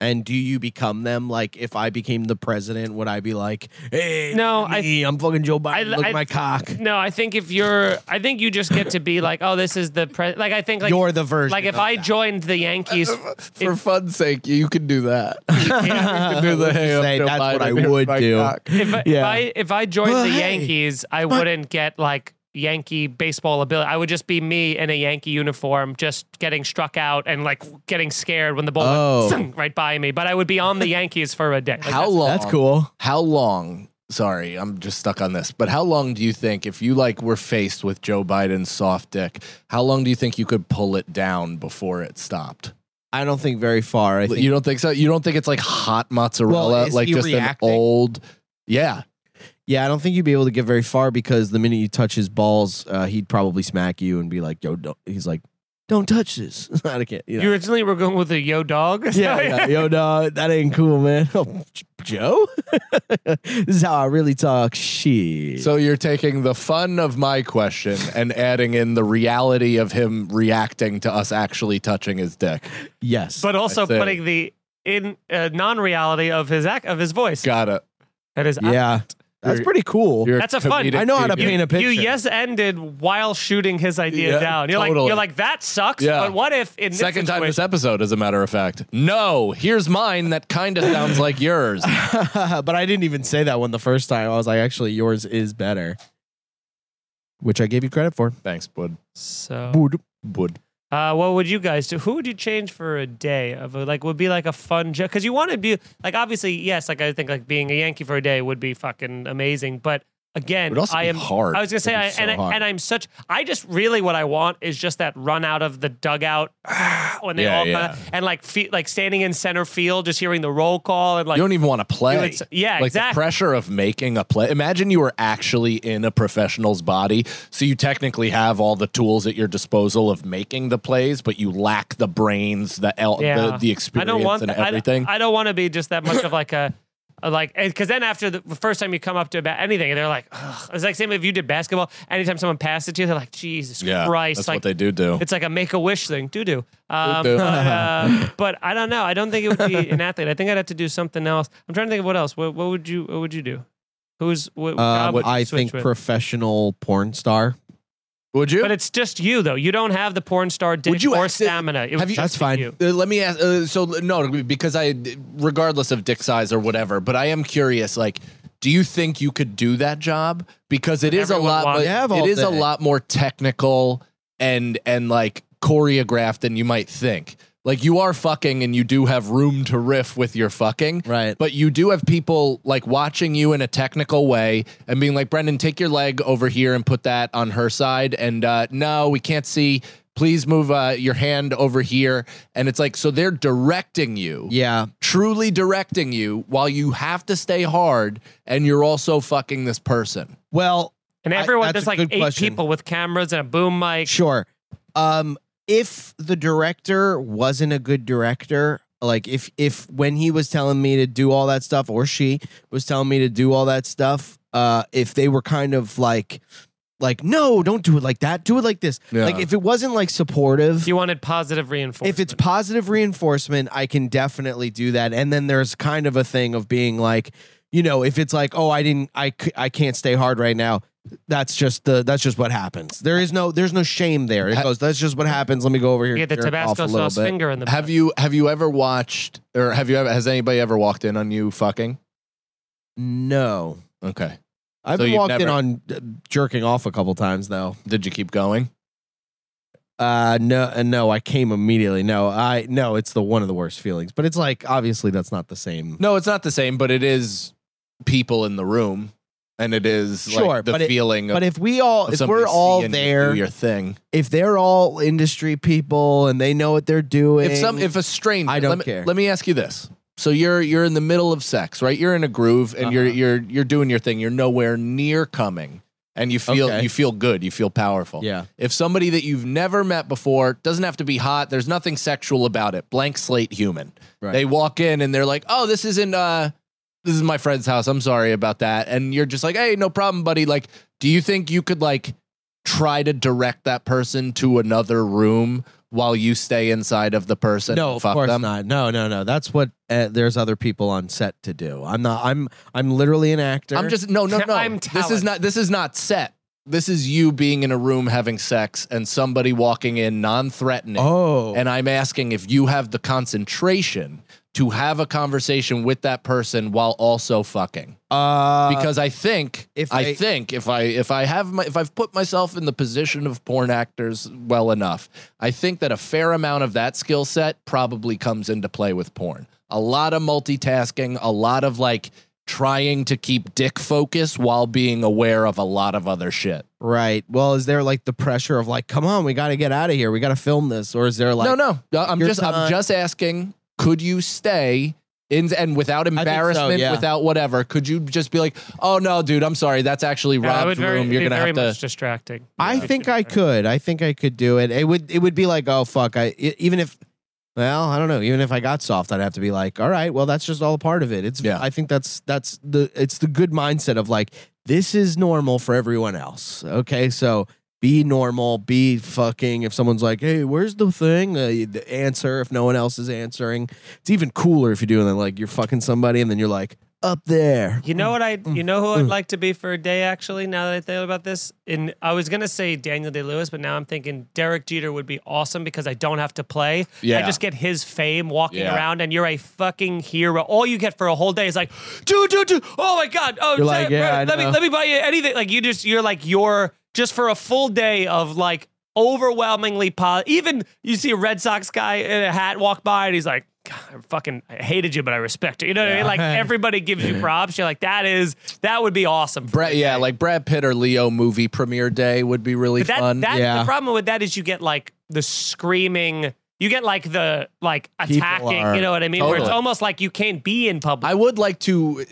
[SPEAKER 3] and do you become them? Like, if I became the president, would I be like, hey,
[SPEAKER 2] No,
[SPEAKER 3] look at me, I'm fucking Joe Biden.
[SPEAKER 2] I-
[SPEAKER 3] look
[SPEAKER 2] I-
[SPEAKER 3] at my cock.
[SPEAKER 2] No, I think if you're, I think you just get to be like, oh, this is the pre. Like I think like
[SPEAKER 3] You're the version.
[SPEAKER 2] like if
[SPEAKER 3] of
[SPEAKER 2] I
[SPEAKER 3] that.
[SPEAKER 2] joined the Yankees.
[SPEAKER 4] for fun's sake, you can do that.
[SPEAKER 2] Yeah.
[SPEAKER 4] You can do the, "Hey, I'm
[SPEAKER 3] Say,
[SPEAKER 4] Joe
[SPEAKER 3] that's what I
[SPEAKER 4] Biden, here's
[SPEAKER 3] would
[SPEAKER 4] my
[SPEAKER 3] do."
[SPEAKER 4] cock."
[SPEAKER 2] If I, if
[SPEAKER 3] Yeah.
[SPEAKER 2] I if I joined
[SPEAKER 3] Well,
[SPEAKER 2] the
[SPEAKER 3] hey.
[SPEAKER 2] Yankees, I wouldn't get like Yankee baseball ability. I would just be me in a Yankee uniform, just getting struck out and like getting scared when the ball
[SPEAKER 3] Oh.
[SPEAKER 2] went right by me. But I would be on the Yankees for a day. Like,
[SPEAKER 4] How
[SPEAKER 2] that's-
[SPEAKER 4] long?
[SPEAKER 3] That's cool.
[SPEAKER 4] How long? Sorry, I'm just stuck on this. But how long do you think, if you like were faced with Joe Biden's soft dick, how long do you think you could pull it down before it stopped?
[SPEAKER 3] I don't think very far. I think
[SPEAKER 4] You don't think so? You don't think it's like hot mozzarella,
[SPEAKER 3] Well, is
[SPEAKER 4] like
[SPEAKER 3] he
[SPEAKER 4] just
[SPEAKER 3] reacting?
[SPEAKER 4] an old? Yeah,
[SPEAKER 3] Yeah, I don't think you'd be able to get very far because the minute you touch his balls, uh, he'd probably smack you and be like, "Yo, don't." He's like, "Don't touch this." I can't. You know.
[SPEAKER 2] You originally were going with a yo dog.
[SPEAKER 3] yeah, yeah, yo, no, that ain't cool, man. Oh, J- Joe, this is how I really talk shit.
[SPEAKER 4] So you're taking the fun of my question and adding in the reality of him reacting to us actually touching his dick.
[SPEAKER 3] yes,
[SPEAKER 2] but also
[SPEAKER 4] That's it.
[SPEAKER 2] putting the in uh, non-reality of his act of his voice.
[SPEAKER 4] Got it.
[SPEAKER 2] That is
[SPEAKER 3] yeah, that's pretty cool.
[SPEAKER 4] You're
[SPEAKER 2] That's a fun-
[SPEAKER 4] comedic
[SPEAKER 3] I know how to
[SPEAKER 4] genius.
[SPEAKER 3] paint a picture.
[SPEAKER 2] You yes ended while shooting his idea
[SPEAKER 4] Yeah,
[SPEAKER 2] down. You're like
[SPEAKER 4] totally.
[SPEAKER 2] you're like that sucks.
[SPEAKER 4] Yeah.
[SPEAKER 2] But what if in this
[SPEAKER 4] Second time
[SPEAKER 2] situation-
[SPEAKER 4] this episode, as a matter of fact. No, here's mine that kind of sounds like yours.
[SPEAKER 3] but I didn't even say that one the first time. I was like, actually, yours is better, which I gave you credit for.
[SPEAKER 4] Thanks, Bud.
[SPEAKER 2] so
[SPEAKER 3] Bood.
[SPEAKER 4] Bud.
[SPEAKER 2] Uh, what would you guys do? Who would you change for a day of a, like would be like a fun job? Because you want to be like obviously yes, like I think like being a Yankee for a day would be fucking amazing. But again,
[SPEAKER 4] Would also
[SPEAKER 2] I
[SPEAKER 4] be
[SPEAKER 2] am
[SPEAKER 4] hard.
[SPEAKER 2] I was gonna say,
[SPEAKER 4] It'd be
[SPEAKER 2] I,
[SPEAKER 4] so
[SPEAKER 2] and I,
[SPEAKER 4] hard.
[SPEAKER 2] and I'm such. I just really what I want is just that run out of the dugout when they
[SPEAKER 4] Yeah,
[SPEAKER 2] all come
[SPEAKER 4] yeah.
[SPEAKER 2] out and like fe- like standing in center field, just hearing the roll call and like
[SPEAKER 4] you don't even want to play.
[SPEAKER 2] would s- yeah,
[SPEAKER 4] like
[SPEAKER 2] exactly.
[SPEAKER 4] the pressure of making a play. Imagine you were actually in a professional's body, so you technically have all the tools at your disposal of making the plays, but you lack the brains, the el- the, the experience,
[SPEAKER 2] I don't want
[SPEAKER 4] and
[SPEAKER 2] I don't-
[SPEAKER 4] everything.
[SPEAKER 2] I, don't want to be just that much of like a, a like because then after the first time you come up to about anything, they're like, Ugh. it's like same if you did basketball. Anytime someone passed it to you, they're like, Jesus
[SPEAKER 4] yeah,
[SPEAKER 2] Christ,
[SPEAKER 4] that's
[SPEAKER 2] like
[SPEAKER 4] what they do do.
[SPEAKER 2] it's like a make a wish thing. Do do. Um,
[SPEAKER 4] Doo-doo.
[SPEAKER 2] but, uh, but I don't know. I don't think it would be an athlete. I think I'd have to do something else. I'm trying to think of what else. What, what would you What would you do? Who's what,
[SPEAKER 3] Uh,
[SPEAKER 2] job would you
[SPEAKER 3] I
[SPEAKER 2] switch
[SPEAKER 3] think
[SPEAKER 2] with?
[SPEAKER 3] professional porn star.
[SPEAKER 4] Would you?
[SPEAKER 2] but it's just you though. You don't have the porn star dick
[SPEAKER 4] Would you
[SPEAKER 2] or
[SPEAKER 4] accept-
[SPEAKER 2] stamina. It
[SPEAKER 4] have
[SPEAKER 2] would
[SPEAKER 4] you-
[SPEAKER 2] just be
[SPEAKER 3] That's fine.
[SPEAKER 2] you.
[SPEAKER 4] Uh, let me ask. Uh, so no, because I, regardless of dick size or whatever, but I am curious. Like, do you think you could do that job? Because it is a
[SPEAKER 2] Everyone
[SPEAKER 4] lot.
[SPEAKER 2] wants-
[SPEAKER 4] It
[SPEAKER 3] You have all
[SPEAKER 4] is a
[SPEAKER 3] day.
[SPEAKER 4] lot more technical and and like choreographed than you might think. Like you are fucking and you do have room to riff with your fucking.
[SPEAKER 3] Right.
[SPEAKER 4] But you do have people like watching you in a technical way and being like, Brendan, take your leg over here and put that on her side. And uh, no, we can't see. Please move uh, your hand over here. And it's like, so they're directing you,
[SPEAKER 3] Yeah,
[SPEAKER 4] truly directing you while you have to stay hard and you're also fucking this person.
[SPEAKER 3] Well,
[SPEAKER 2] And
[SPEAKER 3] I-
[SPEAKER 2] everyone,
[SPEAKER 3] that's
[SPEAKER 2] there's
[SPEAKER 3] a
[SPEAKER 2] like
[SPEAKER 3] good
[SPEAKER 2] eight
[SPEAKER 3] question.
[SPEAKER 2] people with cameras and a boom mic.
[SPEAKER 3] sure. Um, if the director wasn't a good director, like if if when he was telling me to do all that stuff or she was telling me to do all that stuff uh if they were kind of like like no don't do it like that do it like this
[SPEAKER 4] Yeah.
[SPEAKER 3] like if it wasn't like supportive
[SPEAKER 2] You wanted positive reinforcement.
[SPEAKER 3] if it's positive reinforcement, I can definitely do that. And then there's kind of a thing of being like, you know, if it's like, oh, I didn't, I, c- I can't stay hard right now. That's just the that's just what happens. There is no there's no shame there. It
[SPEAKER 4] Ha-
[SPEAKER 3] goes. That's just what happens. Let me go over here.
[SPEAKER 2] you
[SPEAKER 3] and
[SPEAKER 2] get the
[SPEAKER 3] jerk off a
[SPEAKER 2] Tabasco
[SPEAKER 3] little
[SPEAKER 2] sauce
[SPEAKER 3] bit.
[SPEAKER 2] finger in the
[SPEAKER 4] Have you have you ever watched or have you ever has anybody ever walked in on you fucking?
[SPEAKER 3] No,
[SPEAKER 4] Okay.
[SPEAKER 3] I've
[SPEAKER 4] So
[SPEAKER 3] been
[SPEAKER 4] you've
[SPEAKER 3] walked in
[SPEAKER 4] never-
[SPEAKER 3] on uh, jerking off a couple times though.
[SPEAKER 4] Did you keep going?
[SPEAKER 3] Uh, no, uh, no, I came immediately. No, I no, it's the one of the worst feelings. But it's like obviously that's not the same.
[SPEAKER 4] No, it's not the same, but it is people in the room and it is like,
[SPEAKER 3] Sure,
[SPEAKER 4] the
[SPEAKER 3] but it-
[SPEAKER 4] feeling
[SPEAKER 3] But
[SPEAKER 4] of,
[SPEAKER 3] if we all
[SPEAKER 4] of
[SPEAKER 3] if
[SPEAKER 4] somebody
[SPEAKER 3] we're all
[SPEAKER 4] seeing you do
[SPEAKER 3] there,
[SPEAKER 4] your thing.
[SPEAKER 3] if they're all industry people and they know what they're doing,
[SPEAKER 4] If some if a stranger
[SPEAKER 3] I don't
[SPEAKER 4] let me,
[SPEAKER 3] care.
[SPEAKER 4] Let me ask you this. So you're you're in the middle of sex, right? You're in a groove and
[SPEAKER 3] Uh-huh.
[SPEAKER 4] you're you're you're doing your thing. You're nowhere near coming. And you feel
[SPEAKER 3] Okay.
[SPEAKER 4] you feel good, you feel powerful.
[SPEAKER 3] Yeah.
[SPEAKER 4] If somebody that you've never met before doesn't have to be hot, there's nothing sexual about it. Blank slate human.
[SPEAKER 3] Right.
[SPEAKER 4] They walk in and they're like, "Oh, this isn't uh this is my friend's house. I'm sorry about that." And you're just like, "Hey, no problem, buddy." Like, do you think you could like try to direct that person to another room while you stay inside of the person?
[SPEAKER 3] no,
[SPEAKER 4] and
[SPEAKER 3] of
[SPEAKER 4] fuck
[SPEAKER 3] course
[SPEAKER 4] them?
[SPEAKER 3] not. No, no, no. That's what uh, there's other people on set to do. I'm not. I'm. I'm literally an actor.
[SPEAKER 4] I'm just no, no, no.
[SPEAKER 2] I'm
[SPEAKER 4] this is
[SPEAKER 2] talent.
[SPEAKER 4] not this is not set. This is you being in a room having sex and somebody walking in non-threatening.
[SPEAKER 3] Oh,
[SPEAKER 4] And I'm asking if you have the concentration to have a conversation with that person while also fucking.
[SPEAKER 3] uh,
[SPEAKER 4] because I think
[SPEAKER 3] if
[SPEAKER 4] if I
[SPEAKER 3] they-
[SPEAKER 4] think if I if I have my if I've put myself in the position of porn actors well enough, I think that a fair amount of that skill set probably comes into play with porn. A lot of multitasking, a lot of like trying to keep dick focus while being aware of a lot of other shit.
[SPEAKER 3] right. Well, is there like the pressure of like, come on, we got to get out of here, we got to film this, or is there like,
[SPEAKER 4] no, no, no, I'm
[SPEAKER 3] you're
[SPEAKER 4] just
[SPEAKER 3] not-
[SPEAKER 4] I'm just asking. Could you stay? In, and without
[SPEAKER 3] so,
[SPEAKER 4] embarrassment,
[SPEAKER 3] yeah.
[SPEAKER 4] without whatever, could you just be like, "Oh no, dude, I'm sorry, that's actually
[SPEAKER 2] Yeah, that
[SPEAKER 4] Rob's
[SPEAKER 2] would very,
[SPEAKER 4] room. You're
[SPEAKER 2] be
[SPEAKER 4] gonna
[SPEAKER 2] very
[SPEAKER 4] have to."
[SPEAKER 2] much distracting.
[SPEAKER 3] I
[SPEAKER 2] Yeah.
[SPEAKER 3] think I could. I think I could do it. It would. It would be like, oh fuck. I e- even if. Well, I don't know. Even if I got soft, I'd have to be like, all right, well, that's just all a part of it. It's.
[SPEAKER 4] Yeah.
[SPEAKER 3] I think that's that's the it's the good mindset of like this is normal for everyone else. Okay, so be normal. Be fucking. If someone's like, hey, where's the thing? Uh, you- the answer. If no one else is answering, it's even cooler if you're doing that. Like you're fucking somebody, and then you're like up there.
[SPEAKER 2] You know what I? You know who I'd
[SPEAKER 3] Mm.
[SPEAKER 2] like to be for a day. Actually, now that I think about this, in I was gonna say Daniel Day Lewis, but now I'm thinking Derek Jeter would be awesome because I don't have to play.
[SPEAKER 4] Yeah.
[SPEAKER 2] I just get his fame walking
[SPEAKER 4] Yeah.
[SPEAKER 2] around, and you're a fucking hero. All you get for a whole day is like, dude, dude, dude. Oh my god. Oh,
[SPEAKER 3] You're
[SPEAKER 2] sorry,
[SPEAKER 3] like, yeah, I
[SPEAKER 2] Let
[SPEAKER 3] know.
[SPEAKER 2] me let me buy you anything. Like you just you're like you're just for a full day of like overwhelmingly positive. Even you see a Red Sox guy in a hat walk by, and he's like. "God, I fucking I hated you, but I respect you. You know what I mean? Like everybody gives you props. You're like, that is that would be awesome. for
[SPEAKER 4] Brad,
[SPEAKER 2] me.
[SPEAKER 4] yeah, like Brad Pitt or Leo movie premiere day would be really
[SPEAKER 2] But that,
[SPEAKER 4] fun.
[SPEAKER 2] that
[SPEAKER 3] yeah.
[SPEAKER 2] the problem with that is you get like the screaming. You get like the like
[SPEAKER 3] People
[SPEAKER 2] attacking.
[SPEAKER 3] are-
[SPEAKER 2] you know what I mean? Where it's
[SPEAKER 4] Totally.
[SPEAKER 2] almost like you can't be in public.
[SPEAKER 4] I would like to,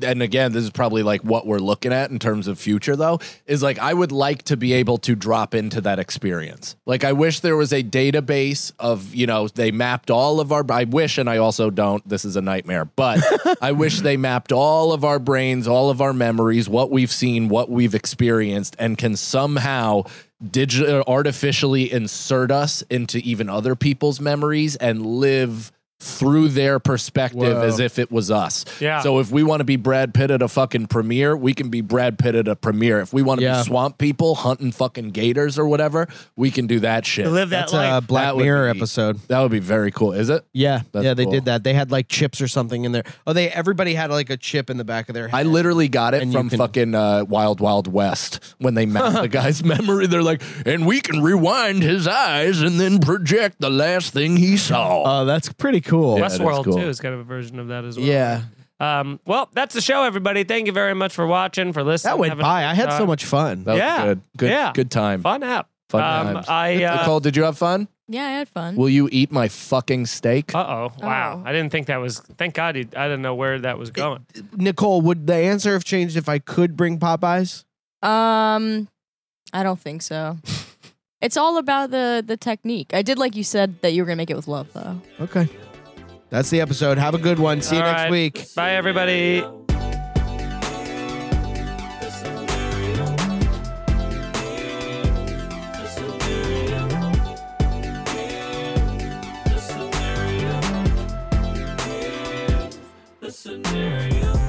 [SPEAKER 4] and again, this is probably like what we're looking at in terms of future, though, is like I would like to be able to drop into that experience. Like, I wish there was a database of, you know, they mapped all of our, I wish, and I also don't, this is a nightmare, but I wish they mapped all of our brains, all of our memories, what we've seen, what we've experienced, and can somehow digital artificially insert us into even other people's memories and live through their perspective as if it was us.
[SPEAKER 2] Yeah.
[SPEAKER 4] So if we want to be Brad Pitt at a fucking premiere, we can be Brad Pitt at a premiere. If we want to
[SPEAKER 3] Yeah.
[SPEAKER 4] be swamp people hunting fucking gators or whatever, we can do that shit.
[SPEAKER 2] live that
[SPEAKER 3] That's
[SPEAKER 2] life.
[SPEAKER 3] a Black
[SPEAKER 4] That would
[SPEAKER 3] Mirror
[SPEAKER 4] be-
[SPEAKER 3] episode.
[SPEAKER 4] That would be very cool, is it?
[SPEAKER 3] Yeah,
[SPEAKER 4] That's
[SPEAKER 3] yeah, they
[SPEAKER 4] cool.
[SPEAKER 3] did that. They had like chips or something in there. Oh, they everybody had like a chip in the back of their head.
[SPEAKER 4] I literally got it
[SPEAKER 3] And you
[SPEAKER 4] from
[SPEAKER 3] can-
[SPEAKER 4] fucking uh, Wild Wild West when they mapped the guy's memory. They're like, and we can rewind his eyes and then project the last thing he saw.
[SPEAKER 3] oh, that's pretty cool.
[SPEAKER 4] Yeah. that
[SPEAKER 2] Westworld
[SPEAKER 4] is cool.
[SPEAKER 2] too is kind of a version of that as well.
[SPEAKER 3] Yeah,
[SPEAKER 2] Um, well, that's the show, everybody. Thank you very much for watching, for listening.
[SPEAKER 3] that went
[SPEAKER 2] Having a
[SPEAKER 3] by.
[SPEAKER 2] good
[SPEAKER 3] I had so
[SPEAKER 2] time.
[SPEAKER 3] much fun.
[SPEAKER 4] That was
[SPEAKER 2] Yeah.
[SPEAKER 4] good. Good,
[SPEAKER 2] Yeah.
[SPEAKER 4] good time.
[SPEAKER 2] fun app.
[SPEAKER 4] Fun
[SPEAKER 2] um,
[SPEAKER 4] times.
[SPEAKER 2] I uh,
[SPEAKER 4] Nicole, did you have fun?
[SPEAKER 5] Yeah, I had fun.
[SPEAKER 4] Will you eat my fucking steak?
[SPEAKER 2] uh oh wow!
[SPEAKER 5] Oh.
[SPEAKER 2] I didn't think that was. Thank God, he, I didn't know where that was going.
[SPEAKER 3] Nicole, would the answer have changed if I could bring Popeyes?
[SPEAKER 5] Um, I don't think so. it's all about the the technique. I did like you said that you were gonna make it with love, though.
[SPEAKER 3] Okay. That's the episode. Have a good one. See you
[SPEAKER 2] All
[SPEAKER 3] next
[SPEAKER 2] right.
[SPEAKER 3] week.
[SPEAKER 2] Bye, everybody.
[SPEAKER 1] The scenario.